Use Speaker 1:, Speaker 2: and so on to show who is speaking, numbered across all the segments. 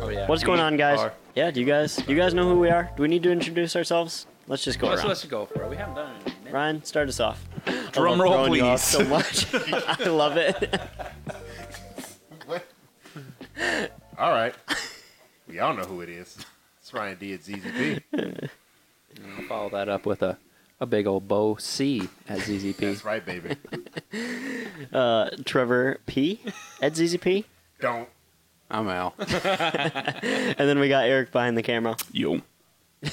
Speaker 1: Oh,
Speaker 2: What's going on, guys? Yeah, do you guys you guys know who we are? Do we need to introduce ourselves? Let's just go
Speaker 1: Let's,
Speaker 2: around.
Speaker 1: let's go for it. We haven't done it. in a minute.
Speaker 2: Ryan, start us off. I
Speaker 3: Drum
Speaker 2: love
Speaker 3: roll,
Speaker 2: throwing you off
Speaker 3: please.
Speaker 2: So much, I love it.
Speaker 4: All right. We all know who it is. It's Ryan D at ZZP.
Speaker 1: I'll follow that up with a, a big old bow C at ZZP.
Speaker 4: That's right, baby.
Speaker 2: Uh, Trevor P at ZZP,
Speaker 4: Don't.
Speaker 3: I'm Al.
Speaker 2: and then we got Eric behind the camera.
Speaker 3: Yo.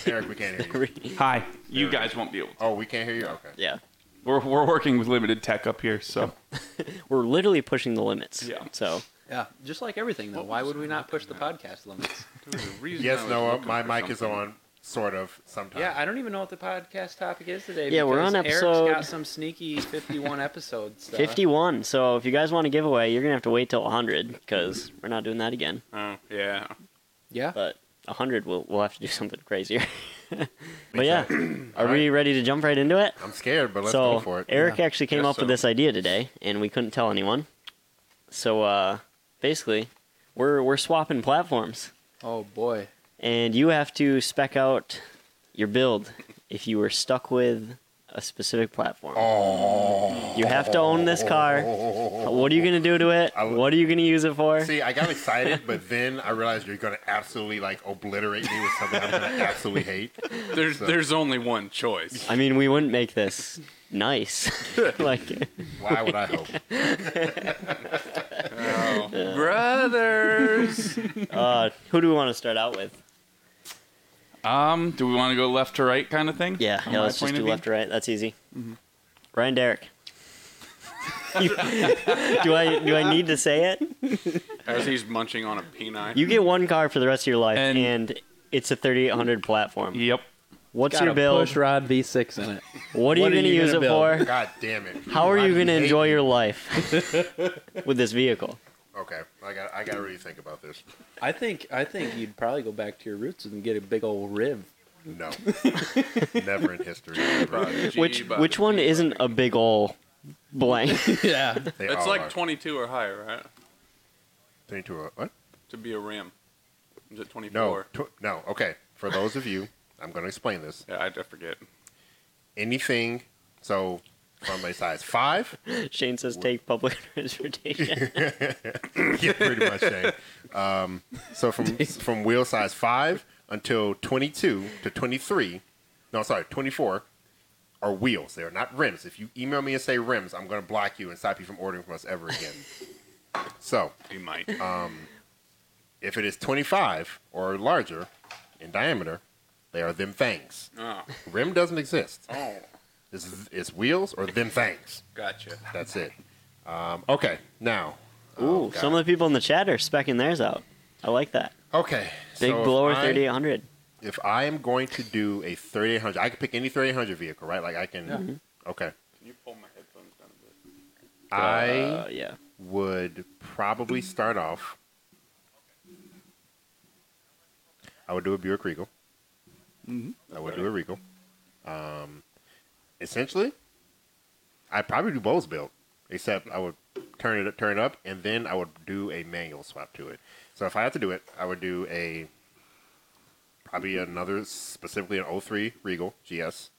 Speaker 4: Eric, we can't hear you.
Speaker 3: Hi. You
Speaker 4: There we
Speaker 3: guys won't be able to.
Speaker 4: Oh, we can't hear you? Okay.
Speaker 2: Yeah,
Speaker 3: We're, we're working with limited tech up here, so.
Speaker 2: we're literally pushing the limits.
Speaker 3: Yeah. Uh-huh.
Speaker 2: So
Speaker 1: yeah, just like everything though.
Speaker 3: What
Speaker 1: Why
Speaker 3: was
Speaker 1: would we not push the podcast limits?
Speaker 4: Yes, Noah, my mic is on, sort of, sometimes.
Speaker 1: Yeah, I don't even know what the podcast topic is today.
Speaker 2: Yeah, we're
Speaker 1: because
Speaker 2: on episode-
Speaker 1: Eric's got some sneaky 51 episode stuff.
Speaker 2: 51. So if you guys want a giveaway, you're gonna have to wait till 100 because we're not doing that again.
Speaker 3: Oh, yeah.
Speaker 1: Yeah.
Speaker 2: But 100, we'll we'll have to do something crazier. but yeah, are we ready to jump right into it?
Speaker 4: I'm scared, but let's
Speaker 2: so
Speaker 4: go for it.
Speaker 2: Eric actually came
Speaker 3: Guess
Speaker 2: up with
Speaker 3: so.
Speaker 2: this idea today, and we couldn't tell anyone. So uh, basically, we're we're swapping platforms,
Speaker 1: Oh boy.
Speaker 2: and you have to spec out your build if you were stuck with a specific platform.
Speaker 4: Oh.
Speaker 2: You have to own this car. What are you gonna do to it?
Speaker 4: I w-
Speaker 2: what are you gonna use it for?
Speaker 4: See, I got excited, but then I realized you're going to absolutely, like, obliterate me with something I'm going to absolutely hate.
Speaker 3: There's,
Speaker 4: So-
Speaker 3: there's only one choice.
Speaker 2: I mean, we wouldn't make this nice. like,
Speaker 4: Why would I hope?
Speaker 3: Brothers!
Speaker 2: uh, who do we want to start out with?
Speaker 3: um, do we want to go left to right kind of thing?
Speaker 2: Yeah,
Speaker 3: From
Speaker 2: yeah.
Speaker 3: my
Speaker 2: Let's just
Speaker 3: point
Speaker 2: do
Speaker 3: of view?
Speaker 2: left to right. That's easy. Ryan Derrick. You- do I do I need to say it?
Speaker 3: As he's munching on a peanut.
Speaker 2: You get one car for the rest of your life, and,
Speaker 3: And-
Speaker 2: it's a 3800 platform.
Speaker 3: Yep.
Speaker 2: What's
Speaker 1: Got
Speaker 2: your
Speaker 1: a
Speaker 2: build?
Speaker 1: Push rod V6 in it.
Speaker 2: What are you
Speaker 1: What are
Speaker 2: going to
Speaker 1: you
Speaker 2: use it
Speaker 1: gonna
Speaker 2: for?
Speaker 4: God damn it.
Speaker 2: How are
Speaker 4: Why
Speaker 2: you
Speaker 4: do
Speaker 2: going to
Speaker 4: hate
Speaker 2: enjoy
Speaker 4: me?
Speaker 2: your life with this vehicle?
Speaker 4: Okay, I got I got to really think about this.
Speaker 1: I think I think you'd probably go back to your roots and get a big old rib.
Speaker 4: No. Never in history. Ever.
Speaker 2: Which which one isn't a big ol' blank?
Speaker 1: yeah.
Speaker 4: They
Speaker 3: It's
Speaker 4: all
Speaker 3: like
Speaker 4: are.
Speaker 3: 22 or higher, right?
Speaker 4: 22 or uh, what?
Speaker 3: To be a RAM. Is it 24?
Speaker 4: No, tw- no. Okay, for those of you, I'm going to explain this.
Speaker 3: Yeah, I I forget.
Speaker 4: Anything, so from a size five,
Speaker 2: Shane says take public transportation.
Speaker 4: yeah, pretty much. Shane. Um, so from from wheel size five until 22 to 23, no, sorry, 24 are wheels. They are not rims. If you email me and say rims, I'm going to block you and stop you from ordering from us ever again. so
Speaker 3: You might.
Speaker 4: Uh. if it is 25 or larger in diameter, they are them things.
Speaker 3: oh.
Speaker 4: Rim doesn't exist.
Speaker 3: oh.
Speaker 4: It's, it's wheels or them things.
Speaker 3: Gotcha.
Speaker 4: That's it. Um, okay, now. Oh,
Speaker 2: Ooh, some of the people in the chat are specking theirs out. I like that.
Speaker 4: Okay.
Speaker 2: Big
Speaker 4: so if
Speaker 2: blower
Speaker 4: I-
Speaker 2: 3800.
Speaker 4: If I am going to do a 3800, I can pick any 3800 vehicle, right? Like I can.
Speaker 2: Mm-hmm.
Speaker 4: Okay.
Speaker 3: Can you pull my headphones down a bit?
Speaker 2: Uh,
Speaker 4: I
Speaker 2: yeah.
Speaker 4: would probably start off. I would do a Buick Regal.
Speaker 1: Mm-hmm.
Speaker 4: I would do a Regal. Um, essentially, I'd probably do Bose build, except I would turn it turn it up, and then I would do a manual swap to it. So if I had to do it, I would do a probably another specifically an 03 Regal GS.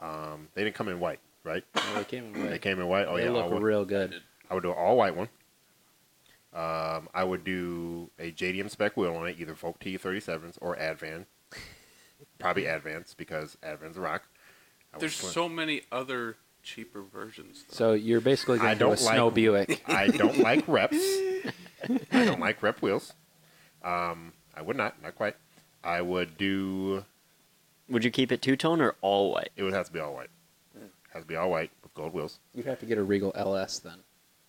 Speaker 4: Um, they didn't come in white, right?
Speaker 1: Oh, they came away.
Speaker 4: They came in white. Oh
Speaker 1: They
Speaker 4: yeah,
Speaker 1: look
Speaker 4: all white.
Speaker 1: real good.
Speaker 4: I would do an all white one. Um, I would do a JDM spec wheel on it, either Volk T37s or Advan. Probably Advans because Advan's a rock. I would
Speaker 3: There's
Speaker 4: put-
Speaker 3: so many other cheaper versions. Though.
Speaker 1: So you're basically going
Speaker 4: I
Speaker 1: to do a
Speaker 4: don't like-
Speaker 1: snow Buick.
Speaker 4: I don't like reps. I don't like rep wheels. Um, I would not, not quite. I would do.
Speaker 2: Would you keep it two tone or all white?
Speaker 4: It would have to be all white. Has to be all white with gold wheels.
Speaker 1: You'd have to get a Regal LS then.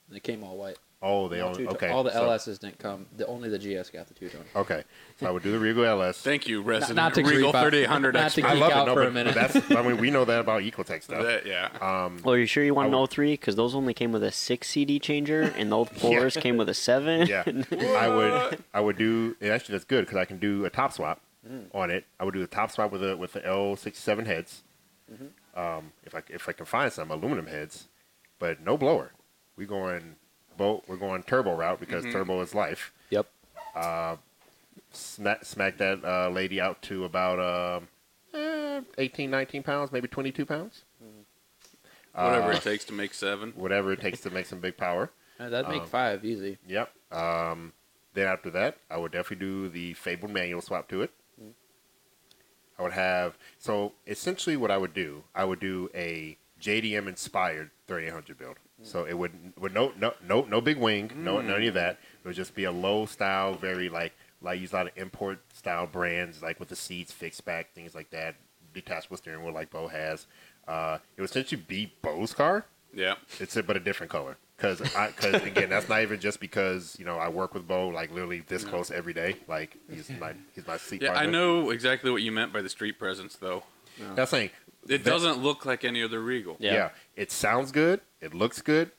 Speaker 1: They came all white.
Speaker 4: Oh, they only
Speaker 1: Two-tone.
Speaker 4: okay.
Speaker 1: All the
Speaker 4: so-
Speaker 1: LSs didn't come. The, only the GS got the two tone.
Speaker 4: Okay, so I would do the Regal LS.
Speaker 3: Thank you,
Speaker 1: Not,
Speaker 3: Resident
Speaker 1: not to
Speaker 3: Regal
Speaker 1: creep out-
Speaker 3: 3800
Speaker 1: Not
Speaker 3: X.
Speaker 1: to geek
Speaker 4: I love
Speaker 1: out
Speaker 4: it. No,
Speaker 1: for a
Speaker 4: but
Speaker 1: minute.
Speaker 4: that's. I mean, we know that about Ecotech stuff.
Speaker 3: That- yeah.
Speaker 4: Uh,
Speaker 2: Oh, are you sure you want
Speaker 4: Mm. I
Speaker 2: an
Speaker 4: would-
Speaker 2: 03? Because those only came with a 6 CD changer, and the 04s came with a 7.
Speaker 4: Yeah, I would. I would do. and Actually, that's good because I can do a top swap on it. I would do a top swap with a with the L sixty seven heads. Um, if I if I can find some aluminum heads, but no blower. We going boat. We're going turbo route because turbo is life.
Speaker 1: Yep.
Speaker 4: smack, smack that uh, lady out to about um eh, 18, 19 pounds, maybe 22 pounds,
Speaker 5: Whatever
Speaker 4: Uh,
Speaker 5: it takes to make seven.
Speaker 4: whatever it takes to make some big power.
Speaker 1: Uh, that'd make
Speaker 4: Um,
Speaker 1: five easy.
Speaker 4: Yep. Um, then after that, I would definitely do the Fable manual swap to it. I would have so essentially what I would do, I would do a JDM inspired 3800 build. So it would with no no no no big wing, no none of that. It would just be a low style, very like like use a lot of import style brands like with the seats fixed back, things like that. Detachable steering wheel like Bo has. Uh, it would essentially be Bo's car.
Speaker 5: Yeah.
Speaker 4: It's a, but a different color. Because because again, that's not even just because you know I work with Bo like literally this close every day. Like he's my he's my seat
Speaker 5: Yeah, I
Speaker 4: partner.
Speaker 5: know exactly what you meant by the street presence, though.
Speaker 4: That's the thing.
Speaker 5: It
Speaker 4: That-
Speaker 5: doesn't look like any other Regal.
Speaker 2: Yeah.
Speaker 4: Yeah. it sounds good. It looks good.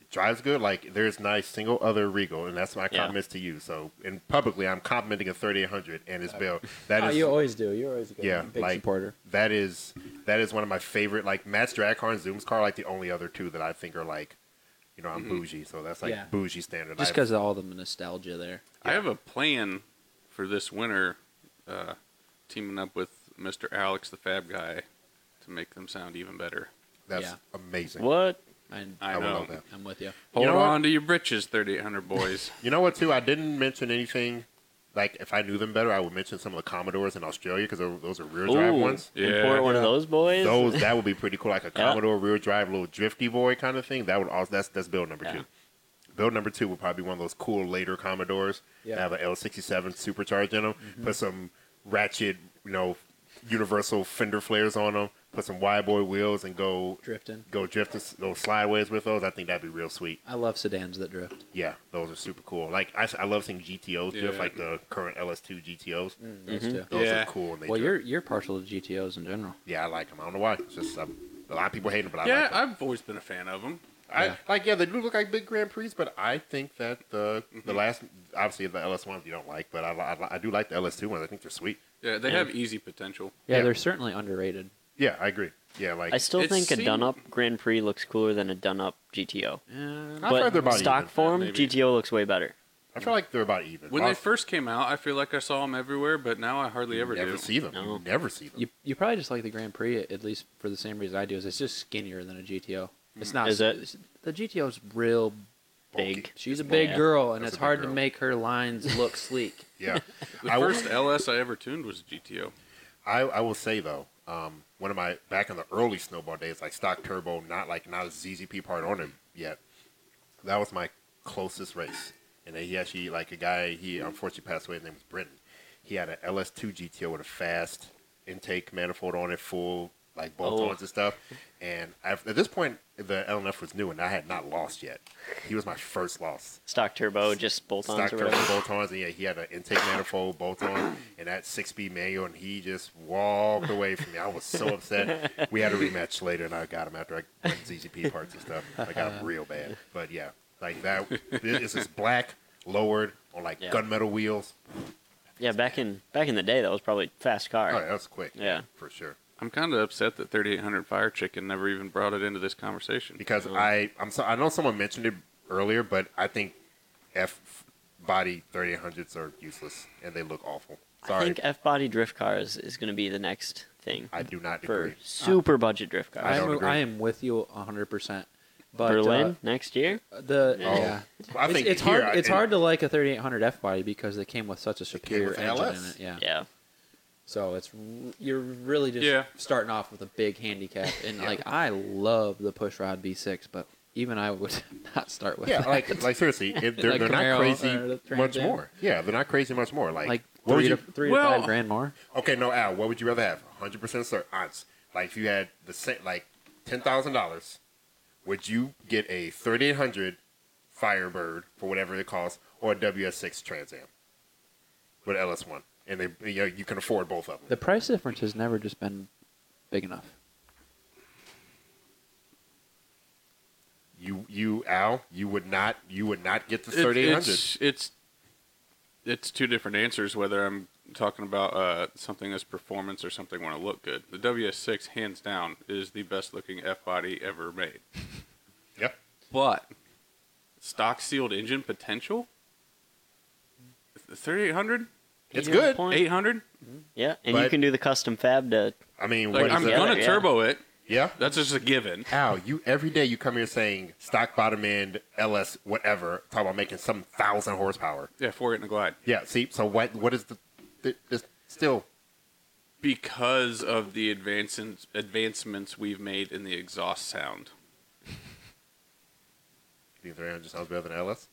Speaker 4: It drives good. Like there's not a single other Regal, and that's my
Speaker 2: Yeah.
Speaker 4: comments to you. So and publicly, I'm complimenting a 3800 and his build. That
Speaker 1: Oh,
Speaker 4: is
Speaker 1: you always do. You're always a good
Speaker 4: Yeah,
Speaker 1: big
Speaker 4: like-
Speaker 1: supporter.
Speaker 4: that is that is one of my favorite. Like Matt's drag car and Zoom's car, are, like the only other two that I think are like, you know, I'm bougie. So that's like
Speaker 1: Mm-hmm. Yeah.
Speaker 4: bougie standard.
Speaker 1: Just
Speaker 4: I-
Speaker 1: because of all the nostalgia there.
Speaker 5: I have a plan for this winter, uh, teaming up with Mr. Alex the Fab Guy to make them sound even better.
Speaker 4: that's
Speaker 1: yeah.
Speaker 4: amazing.
Speaker 2: What?
Speaker 1: I,
Speaker 5: I,
Speaker 4: I would
Speaker 5: know.
Speaker 4: love that.
Speaker 1: I'm with you.
Speaker 5: Hold
Speaker 4: know what?
Speaker 5: on to your britches, 3800 boys.
Speaker 4: You know what? Too, I didn't mention anything. Like if I knew them better, I would mention some of the Commodores in Australia because those are rear drive
Speaker 2: Ooh,
Speaker 4: ones.
Speaker 5: Yeah.
Speaker 2: import one of those boys.
Speaker 4: Those that would be pretty cool, like a Commodore rear drive, little drifty boy kind of thing. That would also that's that's build number
Speaker 1: Yeah.
Speaker 4: two. Build number two would probably be one of those cool later Commodores
Speaker 1: Yeah.
Speaker 4: that have an L67 supercharge in them. Put some ratchet, you know, universal fender flares on them. Put some wide boy wheels and go
Speaker 1: Drifting.
Speaker 4: go drift and s- go slideways with those. I think that'd be real sweet.
Speaker 1: I love sedans that drift.
Speaker 4: Yeah, those are super cool. Like I, s- I love seeing GTOs drift,
Speaker 5: Yeah.
Speaker 4: like the current LS2 GTOs.
Speaker 1: Those
Speaker 2: Mhm.
Speaker 1: two.
Speaker 4: Those
Speaker 5: Yeah.
Speaker 4: are cool. And Mm-hmm. they
Speaker 1: Well,
Speaker 4: drift.
Speaker 1: you're you're partial to GTOs in general.
Speaker 4: yeah, I like them. I don't know why. It's just um, a lot of people hate them, but I
Speaker 5: yeah,
Speaker 4: like them.
Speaker 5: I've always been a fan of them.
Speaker 4: I,
Speaker 1: yeah.
Speaker 4: like yeah, they do look like big Grand Prix, but I think that the the last obviously the LS ones you don't like, but I, li- I, li- I do like the LS2 ones. I think they're sweet.
Speaker 5: Yeah, they have easy potential.
Speaker 1: Yeah,
Speaker 4: Yeah.
Speaker 1: they're certainly underrated.
Speaker 4: Yeah, I agree. Yeah, like
Speaker 2: I still
Speaker 5: It
Speaker 2: think a
Speaker 5: seemed-
Speaker 2: done up Grand Prix looks cooler than a done up GTO.
Speaker 1: And
Speaker 4: I feel they're
Speaker 2: But
Speaker 4: about
Speaker 2: stock
Speaker 4: even.
Speaker 2: form,
Speaker 5: Maybe.
Speaker 2: GTO looks way better.
Speaker 4: I feel like they're about even.
Speaker 5: When
Speaker 4: I
Speaker 5: they first came out, I feel like I saw them everywhere, but now I hardly ever
Speaker 4: never
Speaker 5: do.
Speaker 4: see them,
Speaker 2: No.
Speaker 4: you never see them.
Speaker 1: you you probably just like the Grand Prix at least for the same reason I do. Is it's just skinnier than a GTO.
Speaker 4: Mm-hmm.
Speaker 1: It's not.
Speaker 2: Is it?
Speaker 1: it's- The GTO's real.
Speaker 4: Bulky.
Speaker 2: Big.
Speaker 1: She's a big
Speaker 2: Yeah.
Speaker 1: girl, and
Speaker 4: That's
Speaker 1: it's
Speaker 4: a big
Speaker 1: hard to
Speaker 4: girl.
Speaker 1: make her lines look sleek.
Speaker 4: Yeah,
Speaker 5: The
Speaker 4: I will-
Speaker 5: first LS I ever tuned was a GTO.
Speaker 4: I, I will say though, um, one of my back in the early snowball days, like stock turbo, not like not a ZZP part on him yet. That was my closest race, and then he actually like a guy he unfortunately passed away. His name was Britton. He had an LS2 GTO with a fast intake manifold on it, full like bolt-ons and stuff. And i at this point, the LNF was new, and I had not lost yet. He was my first loss
Speaker 2: Stock turbo, just bolt ons
Speaker 4: stock
Speaker 2: or
Speaker 4: turbo
Speaker 2: whatever.
Speaker 4: bolt ons, and yeah, he had an intake manifold bolt on and that six speed manual, and he just walked away from me. I was so upset. We had a rematch later, and I got him after I went ZZP parts and stuff. I got
Speaker 1: Uh-huh.
Speaker 4: him real bad, but yeah, like that. It's this black lowered on like
Speaker 2: Yeah.
Speaker 4: gunmetal wheels.
Speaker 2: Yeah, back in back in the day, that was probably a fast car.
Speaker 4: Oh, yeah, that's quick.
Speaker 2: Yeah.
Speaker 4: for sure.
Speaker 5: I'm kind of upset that 3800 Fire Chicken never even brought it into this conversation.
Speaker 4: Because
Speaker 1: Uh-huh.
Speaker 4: I, I'm so I know someone mentioned it earlier, but I think F body 3800s are useless and they look awful.
Speaker 2: I
Speaker 4: Sorry,
Speaker 2: think F body drift cars is going to be the next thing
Speaker 4: I do not
Speaker 2: for
Speaker 4: agree.
Speaker 2: super budget drift
Speaker 4: I
Speaker 1: I,
Speaker 2: cars.
Speaker 4: don't
Speaker 1: am,
Speaker 4: agree.
Speaker 1: I am with you 100%. But
Speaker 2: Berlin next year.
Speaker 1: uh, the
Speaker 4: Oh,
Speaker 1: yeah.
Speaker 4: I
Speaker 1: it's,
Speaker 4: think
Speaker 1: it's
Speaker 4: here
Speaker 1: hard.
Speaker 4: I-
Speaker 1: It's
Speaker 4: and-
Speaker 1: hard to like a 3800 F body because they came with such a
Speaker 4: came
Speaker 1: superior
Speaker 4: with
Speaker 1: engine in
Speaker 4: LS.
Speaker 1: it. Yeah.
Speaker 2: Yeah,
Speaker 1: So it's r- you're really just
Speaker 5: Yeah.
Speaker 1: starting off with a big handicap, and like I love the pushrod V6, but even I would not start with
Speaker 4: Yeah,
Speaker 1: that.
Speaker 4: like like seriously, if they're,
Speaker 1: Like
Speaker 4: they're
Speaker 1: Camaro
Speaker 4: not
Speaker 1: or the
Speaker 4: crazy
Speaker 1: Trans
Speaker 4: much
Speaker 1: Am.
Speaker 4: more. Yeah, they're not crazy much more. Like,
Speaker 1: like
Speaker 4: what would
Speaker 1: three
Speaker 4: you?
Speaker 1: to, three to
Speaker 5: Well-
Speaker 1: five grand more.
Speaker 4: okay, no, Al. What would you rather have? 100 percent sir aunts. Like, if you had the same, like ten thousand dollars, would you get a 3800 Firebird for whatever it costs, or a WS6 Trans Am with LS1? And they, you, know, you can afford both of
Speaker 1: The
Speaker 4: them.
Speaker 1: price difference has never just been big enough.
Speaker 4: You, you, Al, you would not, you would not get the
Speaker 5: It-
Speaker 4: 3800.
Speaker 5: It's, it's it's two different answers whether I'm talking about uh, something that's performance or something want to look good. The WS6 hands down is the best looking F body ever made.
Speaker 4: Yep.
Speaker 5: But stock sealed engine potential, the 3800
Speaker 4: It's
Speaker 2: You got a
Speaker 4: good.
Speaker 2: point.
Speaker 5: 800?
Speaker 2: Yeah, and you
Speaker 4: But-
Speaker 2: can do the custom fab to.
Speaker 4: I mean,
Speaker 5: Like,
Speaker 4: what
Speaker 5: I'm
Speaker 4: is that?
Speaker 5: going to
Speaker 2: Yeah.
Speaker 5: turbo it.
Speaker 4: Yeah.
Speaker 5: That's just a given.
Speaker 4: Al, you every day you come here saying stock bottom end LS whatever, talking about making some thousand horsepower.
Speaker 5: Yeah, four it and a glide.
Speaker 4: Yeah. See, so what? What is the? the, the still,
Speaker 5: Because of the advancements, advancements we've made in the exhaust sound.
Speaker 4: the 300 just sounds better than LS.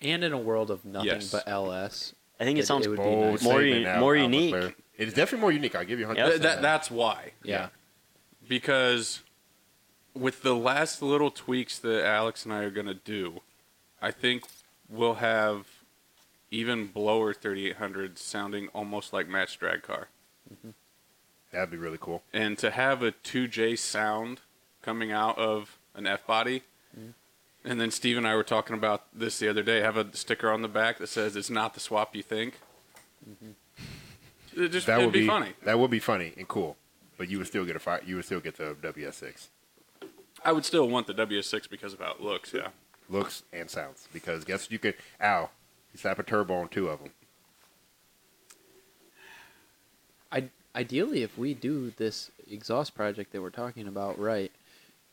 Speaker 1: And in a world of nothing
Speaker 5: Yes.
Speaker 1: but LS,
Speaker 2: I think it,
Speaker 1: It-
Speaker 2: sounds
Speaker 1: it would be
Speaker 2: more,
Speaker 1: nice.
Speaker 2: more,
Speaker 4: statement, Al- Alpha
Speaker 2: unique.
Speaker 4: Clear. It is definitely more unique. I'll give you 100.
Speaker 2: Yep.
Speaker 5: Th- that, that's why.
Speaker 1: yeah.
Speaker 5: Because with the last little tweaks that Alex and I are going to do, I think we'll have even blower 3800 sounding almost like match drag car.
Speaker 4: That'd be really cool.
Speaker 5: and to have a 2J sound coming out of an F body. And then Steve and I were talking about this the other day. Have a sticker on the back that says "It's not the swap you think." It just
Speaker 4: That
Speaker 5: it'd
Speaker 4: would
Speaker 5: be, funny.
Speaker 4: That would be funny and cool. But you would still get a fire. You would still get the WS6
Speaker 5: I would still want the WS6 because of how it looks. Yeah,
Speaker 4: looks and sounds because guess what you could. Al, you slap a turbo on two of them.
Speaker 1: I, ideally, if we do this exhaust project that we're talking about right,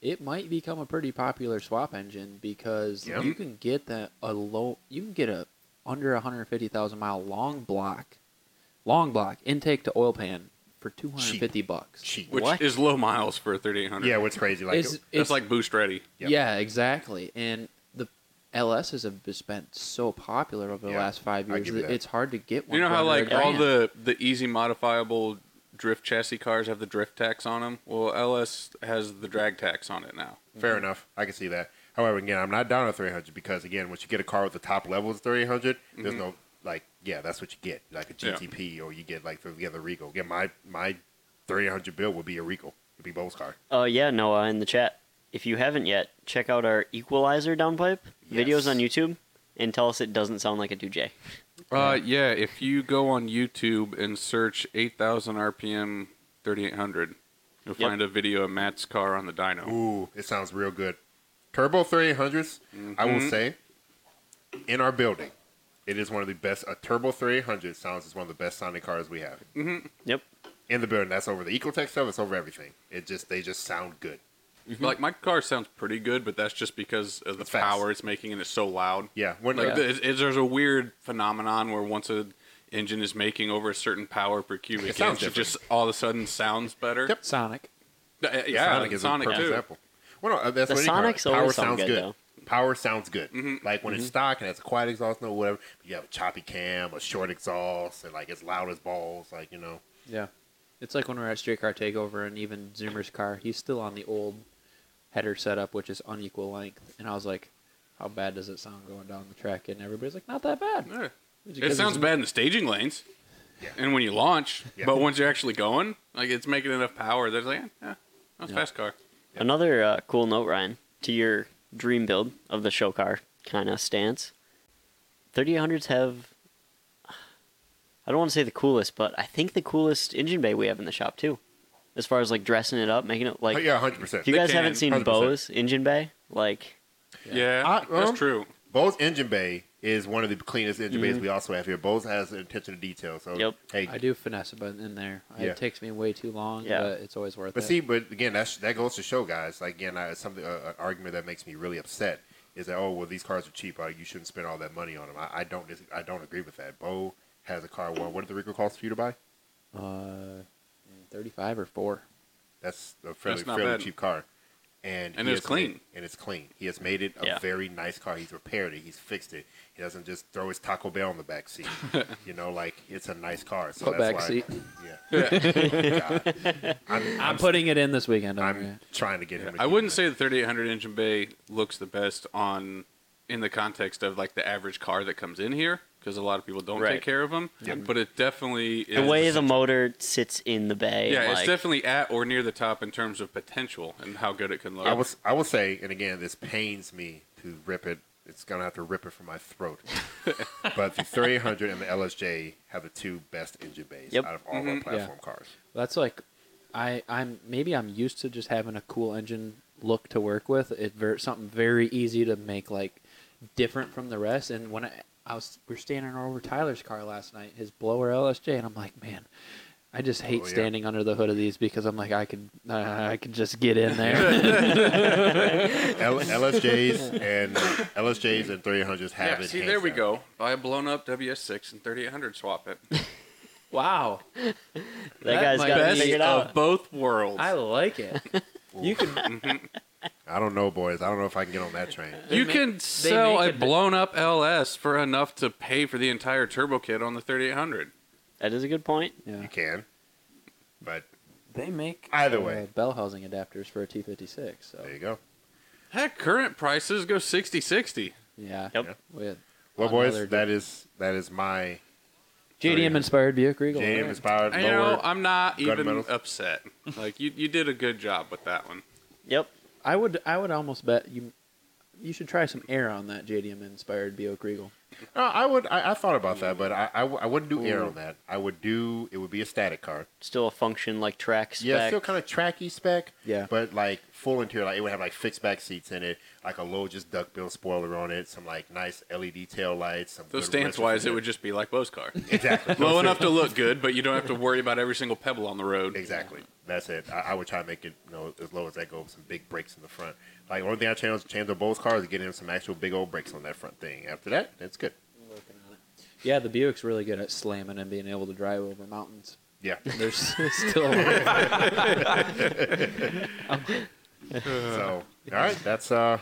Speaker 1: it might become a pretty popular swap engine because
Speaker 4: Yep.
Speaker 1: you can get that a low, you can get a under 150,000 mile long block, long block intake to oil pan for 250 bucks.
Speaker 4: Cheap.
Speaker 5: which
Speaker 2: What?
Speaker 5: is low miles for a 3800.
Speaker 4: Yeah, what's crazy? Like
Speaker 1: It's-
Speaker 5: that's like boost ready.
Speaker 4: Yep.
Speaker 1: Yeah, exactly. And the LSs have just been so popular over the
Speaker 4: Yeah,
Speaker 1: last five
Speaker 4: I
Speaker 1: years
Speaker 4: give you
Speaker 1: that
Speaker 4: that.
Speaker 1: it's hard to get one.
Speaker 5: You know
Speaker 1: for
Speaker 5: how
Speaker 1: under a
Speaker 5: like all
Speaker 1: grand.
Speaker 5: the the easy modifiable drift chassis cars have the drift tax on them. Well, LS has the drag tax on it now.
Speaker 4: Fair enough. I can see that. However, again, I'm not down on 300 because again, once you get a car with the top levels 300, there's no like, yeah, that's what you get, like a
Speaker 5: Mm-hmm. Yeah.
Speaker 4: GTP or you get like the yeah, the Regal. Again, my my 300 bill would be a Regal. It'd be Bo's car.
Speaker 2: Oh yeah, Noah in the chat. If you haven't yet, check out our equalizer downpipe
Speaker 4: Yes.
Speaker 2: videos on YouTube, and tell us it doesn't sound like a 2J.
Speaker 5: Uh, yeah. If you go on YouTube and search 8,000 RPM 3800, you'll
Speaker 2: Yep.
Speaker 5: find a video of Matt's car on the dyno.
Speaker 4: Ooh, it sounds real good. Turbo 300s, I
Speaker 5: Mm-hmm.
Speaker 4: will say, in our building, it is one of the best. A Turbo 300 sounds is one of the best sounding cars we have
Speaker 5: Mm-hmm.
Speaker 2: Yep.
Speaker 4: in the building. That's over the Ecotech stuff. It's over everything. It just they just sound good.
Speaker 5: Like my car sounds pretty good, but that's just because of the
Speaker 4: It's fast.
Speaker 5: power it's making and it's so loud.
Speaker 4: Yeah, when
Speaker 5: Like
Speaker 4: uh,
Speaker 5: th- it- there's a weird phenomenon where once a engine is making over a certain power per cubic
Speaker 4: It sounds
Speaker 5: inch, it just all of a sudden sounds better.
Speaker 4: Yep.
Speaker 1: Sonic.
Speaker 5: Uh, uh,
Speaker 4: The
Speaker 5: Yeah, Sonic,
Speaker 4: a perfect
Speaker 5: too.
Speaker 4: example. Well, no, uh, that's
Speaker 2: The
Speaker 4: what you call it.
Speaker 2: Sonics
Speaker 4: Power
Speaker 2: always sound
Speaker 4: sounds
Speaker 2: good,
Speaker 4: good.
Speaker 2: though. Mm-hmm.
Speaker 4: Power sounds good.
Speaker 5: Mm-hmm.
Speaker 4: Like when it's stock and it's a quiet exhaust, no whatever. But you have a choppy cam, a short exhaust, and like it's loud as balls. Like you know,
Speaker 1: Yeah. It's like when we were at Street Car Takeover and even Zoomer's car, he's still on the old header setup, which is unequal length. And I was like, how bad does it sound going down the track? And everybody's like, not that bad.
Speaker 5: Yeah.
Speaker 1: It's
Speaker 5: It
Speaker 1: because
Speaker 5: sounds
Speaker 1: it's-
Speaker 5: bad in the staging lanes.
Speaker 4: Yeah.
Speaker 5: And when you launch,
Speaker 4: Yeah.
Speaker 5: but once you're actually going, like it's making enough power. There's like, yeah, that's a
Speaker 1: Yeah.
Speaker 5: fast car.
Speaker 2: Another uh, cool note, Ryan, to your dream build of the show car kind of stance. 3800s have, I don't want to say the coolest, but I think the coolest engine bay we have in the shop too, as far as like dressing it up, making it like.
Speaker 4: Oh, yeah, hundred percent.
Speaker 2: If you
Speaker 5: They
Speaker 2: guys
Speaker 5: can,
Speaker 2: haven't seen
Speaker 4: 100%.
Speaker 2: Bose engine bay, like
Speaker 5: Yeah,
Speaker 4: I- um,
Speaker 5: that's true.
Speaker 4: Bose engine bay is one of the cleanest engine bays we also have here. Bose has attention to detail. So
Speaker 2: Mm-hmm. Yep.
Speaker 4: hey,
Speaker 1: I do finesse a button in there.
Speaker 4: Yeah.
Speaker 1: It takes me way too long,
Speaker 2: Yeah.
Speaker 1: but it's always worth
Speaker 4: But
Speaker 1: it.
Speaker 4: see, but again, that's that goes to show, guys. Like again, I, something uh, an argument that makes me really upset is that oh well, these cars are cheap. Uh, you shouldn't spend all that money on them. I, I don't dis- I don't agree with that. Bo has a car. Well, what did the Rico cost for you to buy?
Speaker 1: uh, 35 or 4.
Speaker 4: That's a fairly,
Speaker 5: That's not
Speaker 4: fairly
Speaker 5: bad.
Speaker 4: cheap car. And,
Speaker 5: And
Speaker 4: he
Speaker 5: it's
Speaker 4: has made-
Speaker 5: clean.
Speaker 4: and it's clean. He has made it a
Speaker 2: Yeah.
Speaker 4: very nice car. He's repaired it. He's fixed it. He doesn't just throw his Taco Bell on the back seat. you know, like it's a nice car. So
Speaker 1: Put
Speaker 4: that's
Speaker 1: back
Speaker 4: why,
Speaker 1: seat.
Speaker 4: Yeah. God. I'm,
Speaker 1: I'm putting it in this weekend. over
Speaker 4: I'm
Speaker 1: here.
Speaker 4: trying to get him. to
Speaker 5: I
Speaker 4: keep
Speaker 5: wouldn't
Speaker 4: it.
Speaker 5: say the 3800 engine bay looks the best on in the context of like the average car that comes in here because a lot of people don't
Speaker 2: Right.
Speaker 5: take care of them. But it definitely is
Speaker 2: the way the motor sits in the bay.
Speaker 5: yeah, it's
Speaker 2: like-
Speaker 5: definitely at or near the top in terms of potential and how good it can look.
Speaker 4: I was I will say, and again, this pains me to rip it. It's gonna have to rip it from my throat. but the 3800 and the LSJ have the two best engine bays
Speaker 2: Yep.
Speaker 4: out of all
Speaker 5: Mm-hmm.
Speaker 4: our platform cars.
Speaker 1: That's like, I I'm maybe I'm used to just having a cool engine look to work with. It ver- something very easy to make like different from the rest. And when I I was we're standing over Tyler's car last night, his blower LSJ, and I'm like, man, I just hate
Speaker 4: Oh, yeah.
Speaker 1: standing under the hood of these because I'm like, I could uh, I could just get in there.
Speaker 4: L- LSJs and LSJs and 300s have
Speaker 5: yeah,
Speaker 4: it.
Speaker 5: see,
Speaker 4: hands
Speaker 5: there we
Speaker 4: down.
Speaker 5: go. Buy a blown up WS6 and 3800 swap it.
Speaker 1: wow,
Speaker 2: That, guy's
Speaker 1: might
Speaker 2: got it
Speaker 1: be
Speaker 5: Best
Speaker 2: figured out.
Speaker 5: of both worlds.
Speaker 1: I like it. you can
Speaker 4: I don't know, boys. I don't know if I can get on that train.
Speaker 5: you
Speaker 1: ma-
Speaker 5: can sell
Speaker 1: make
Speaker 5: a
Speaker 1: it-
Speaker 5: blown up LS for enough to pay for the entire turbo kit on the 3800.
Speaker 2: That is a good point.
Speaker 1: yeah.
Speaker 4: You can, but
Speaker 1: They make
Speaker 4: Either way.
Speaker 1: uh, bell housing adapters for a T56. So
Speaker 4: there you go.
Speaker 5: Heck, current prices go 60 60.
Speaker 1: yeah,
Speaker 2: Yep.
Speaker 4: Yeah.
Speaker 1: with
Speaker 4: Well,
Speaker 1: Another-
Speaker 4: boys, that is that is my
Speaker 1: JDM inspired Buick Regal.
Speaker 4: JM
Speaker 1: alright.
Speaker 4: inspired
Speaker 5: You know,
Speaker 4: lower.
Speaker 5: I'm not
Speaker 4: gun
Speaker 5: even
Speaker 4: metals.
Speaker 5: upset. Like, you, you did a good job with that one.
Speaker 2: Yep.
Speaker 1: I would I would almost bet you you should try some air on that JDM inspired Buick Regal.
Speaker 4: No, I would. I, I thought about that, but I, I w- I wouldn't do air on that. I would do. It would be a static car.
Speaker 2: Still a function like track spec.
Speaker 4: Yeah, still kind of tracky spec.
Speaker 1: Yeah.
Speaker 4: but like full interior. Like it would have like fixed back seats in it, like a low just duckbill spoiler on it, some like nice LED tail lights. Some
Speaker 5: So,
Speaker 4: good
Speaker 5: stance wise,
Speaker 4: retrofit.
Speaker 5: it would just be like Bo's car.
Speaker 4: exactly
Speaker 5: Low enough to look good, but you don't have to worry about every single pebble on the road.
Speaker 4: Exactly. That's it. I, I would try to make it, you know, as low as that goes. Some big brakes in the front. Like only thing I changed changed on both cars is get in some actual big old brakes on that front thing. After that, that's good.
Speaker 1: Yeah, the Buick's really good at slamming and being able to drive over mountains.
Speaker 4: Yeah.
Speaker 1: There's still a
Speaker 4: so all right, that's uh.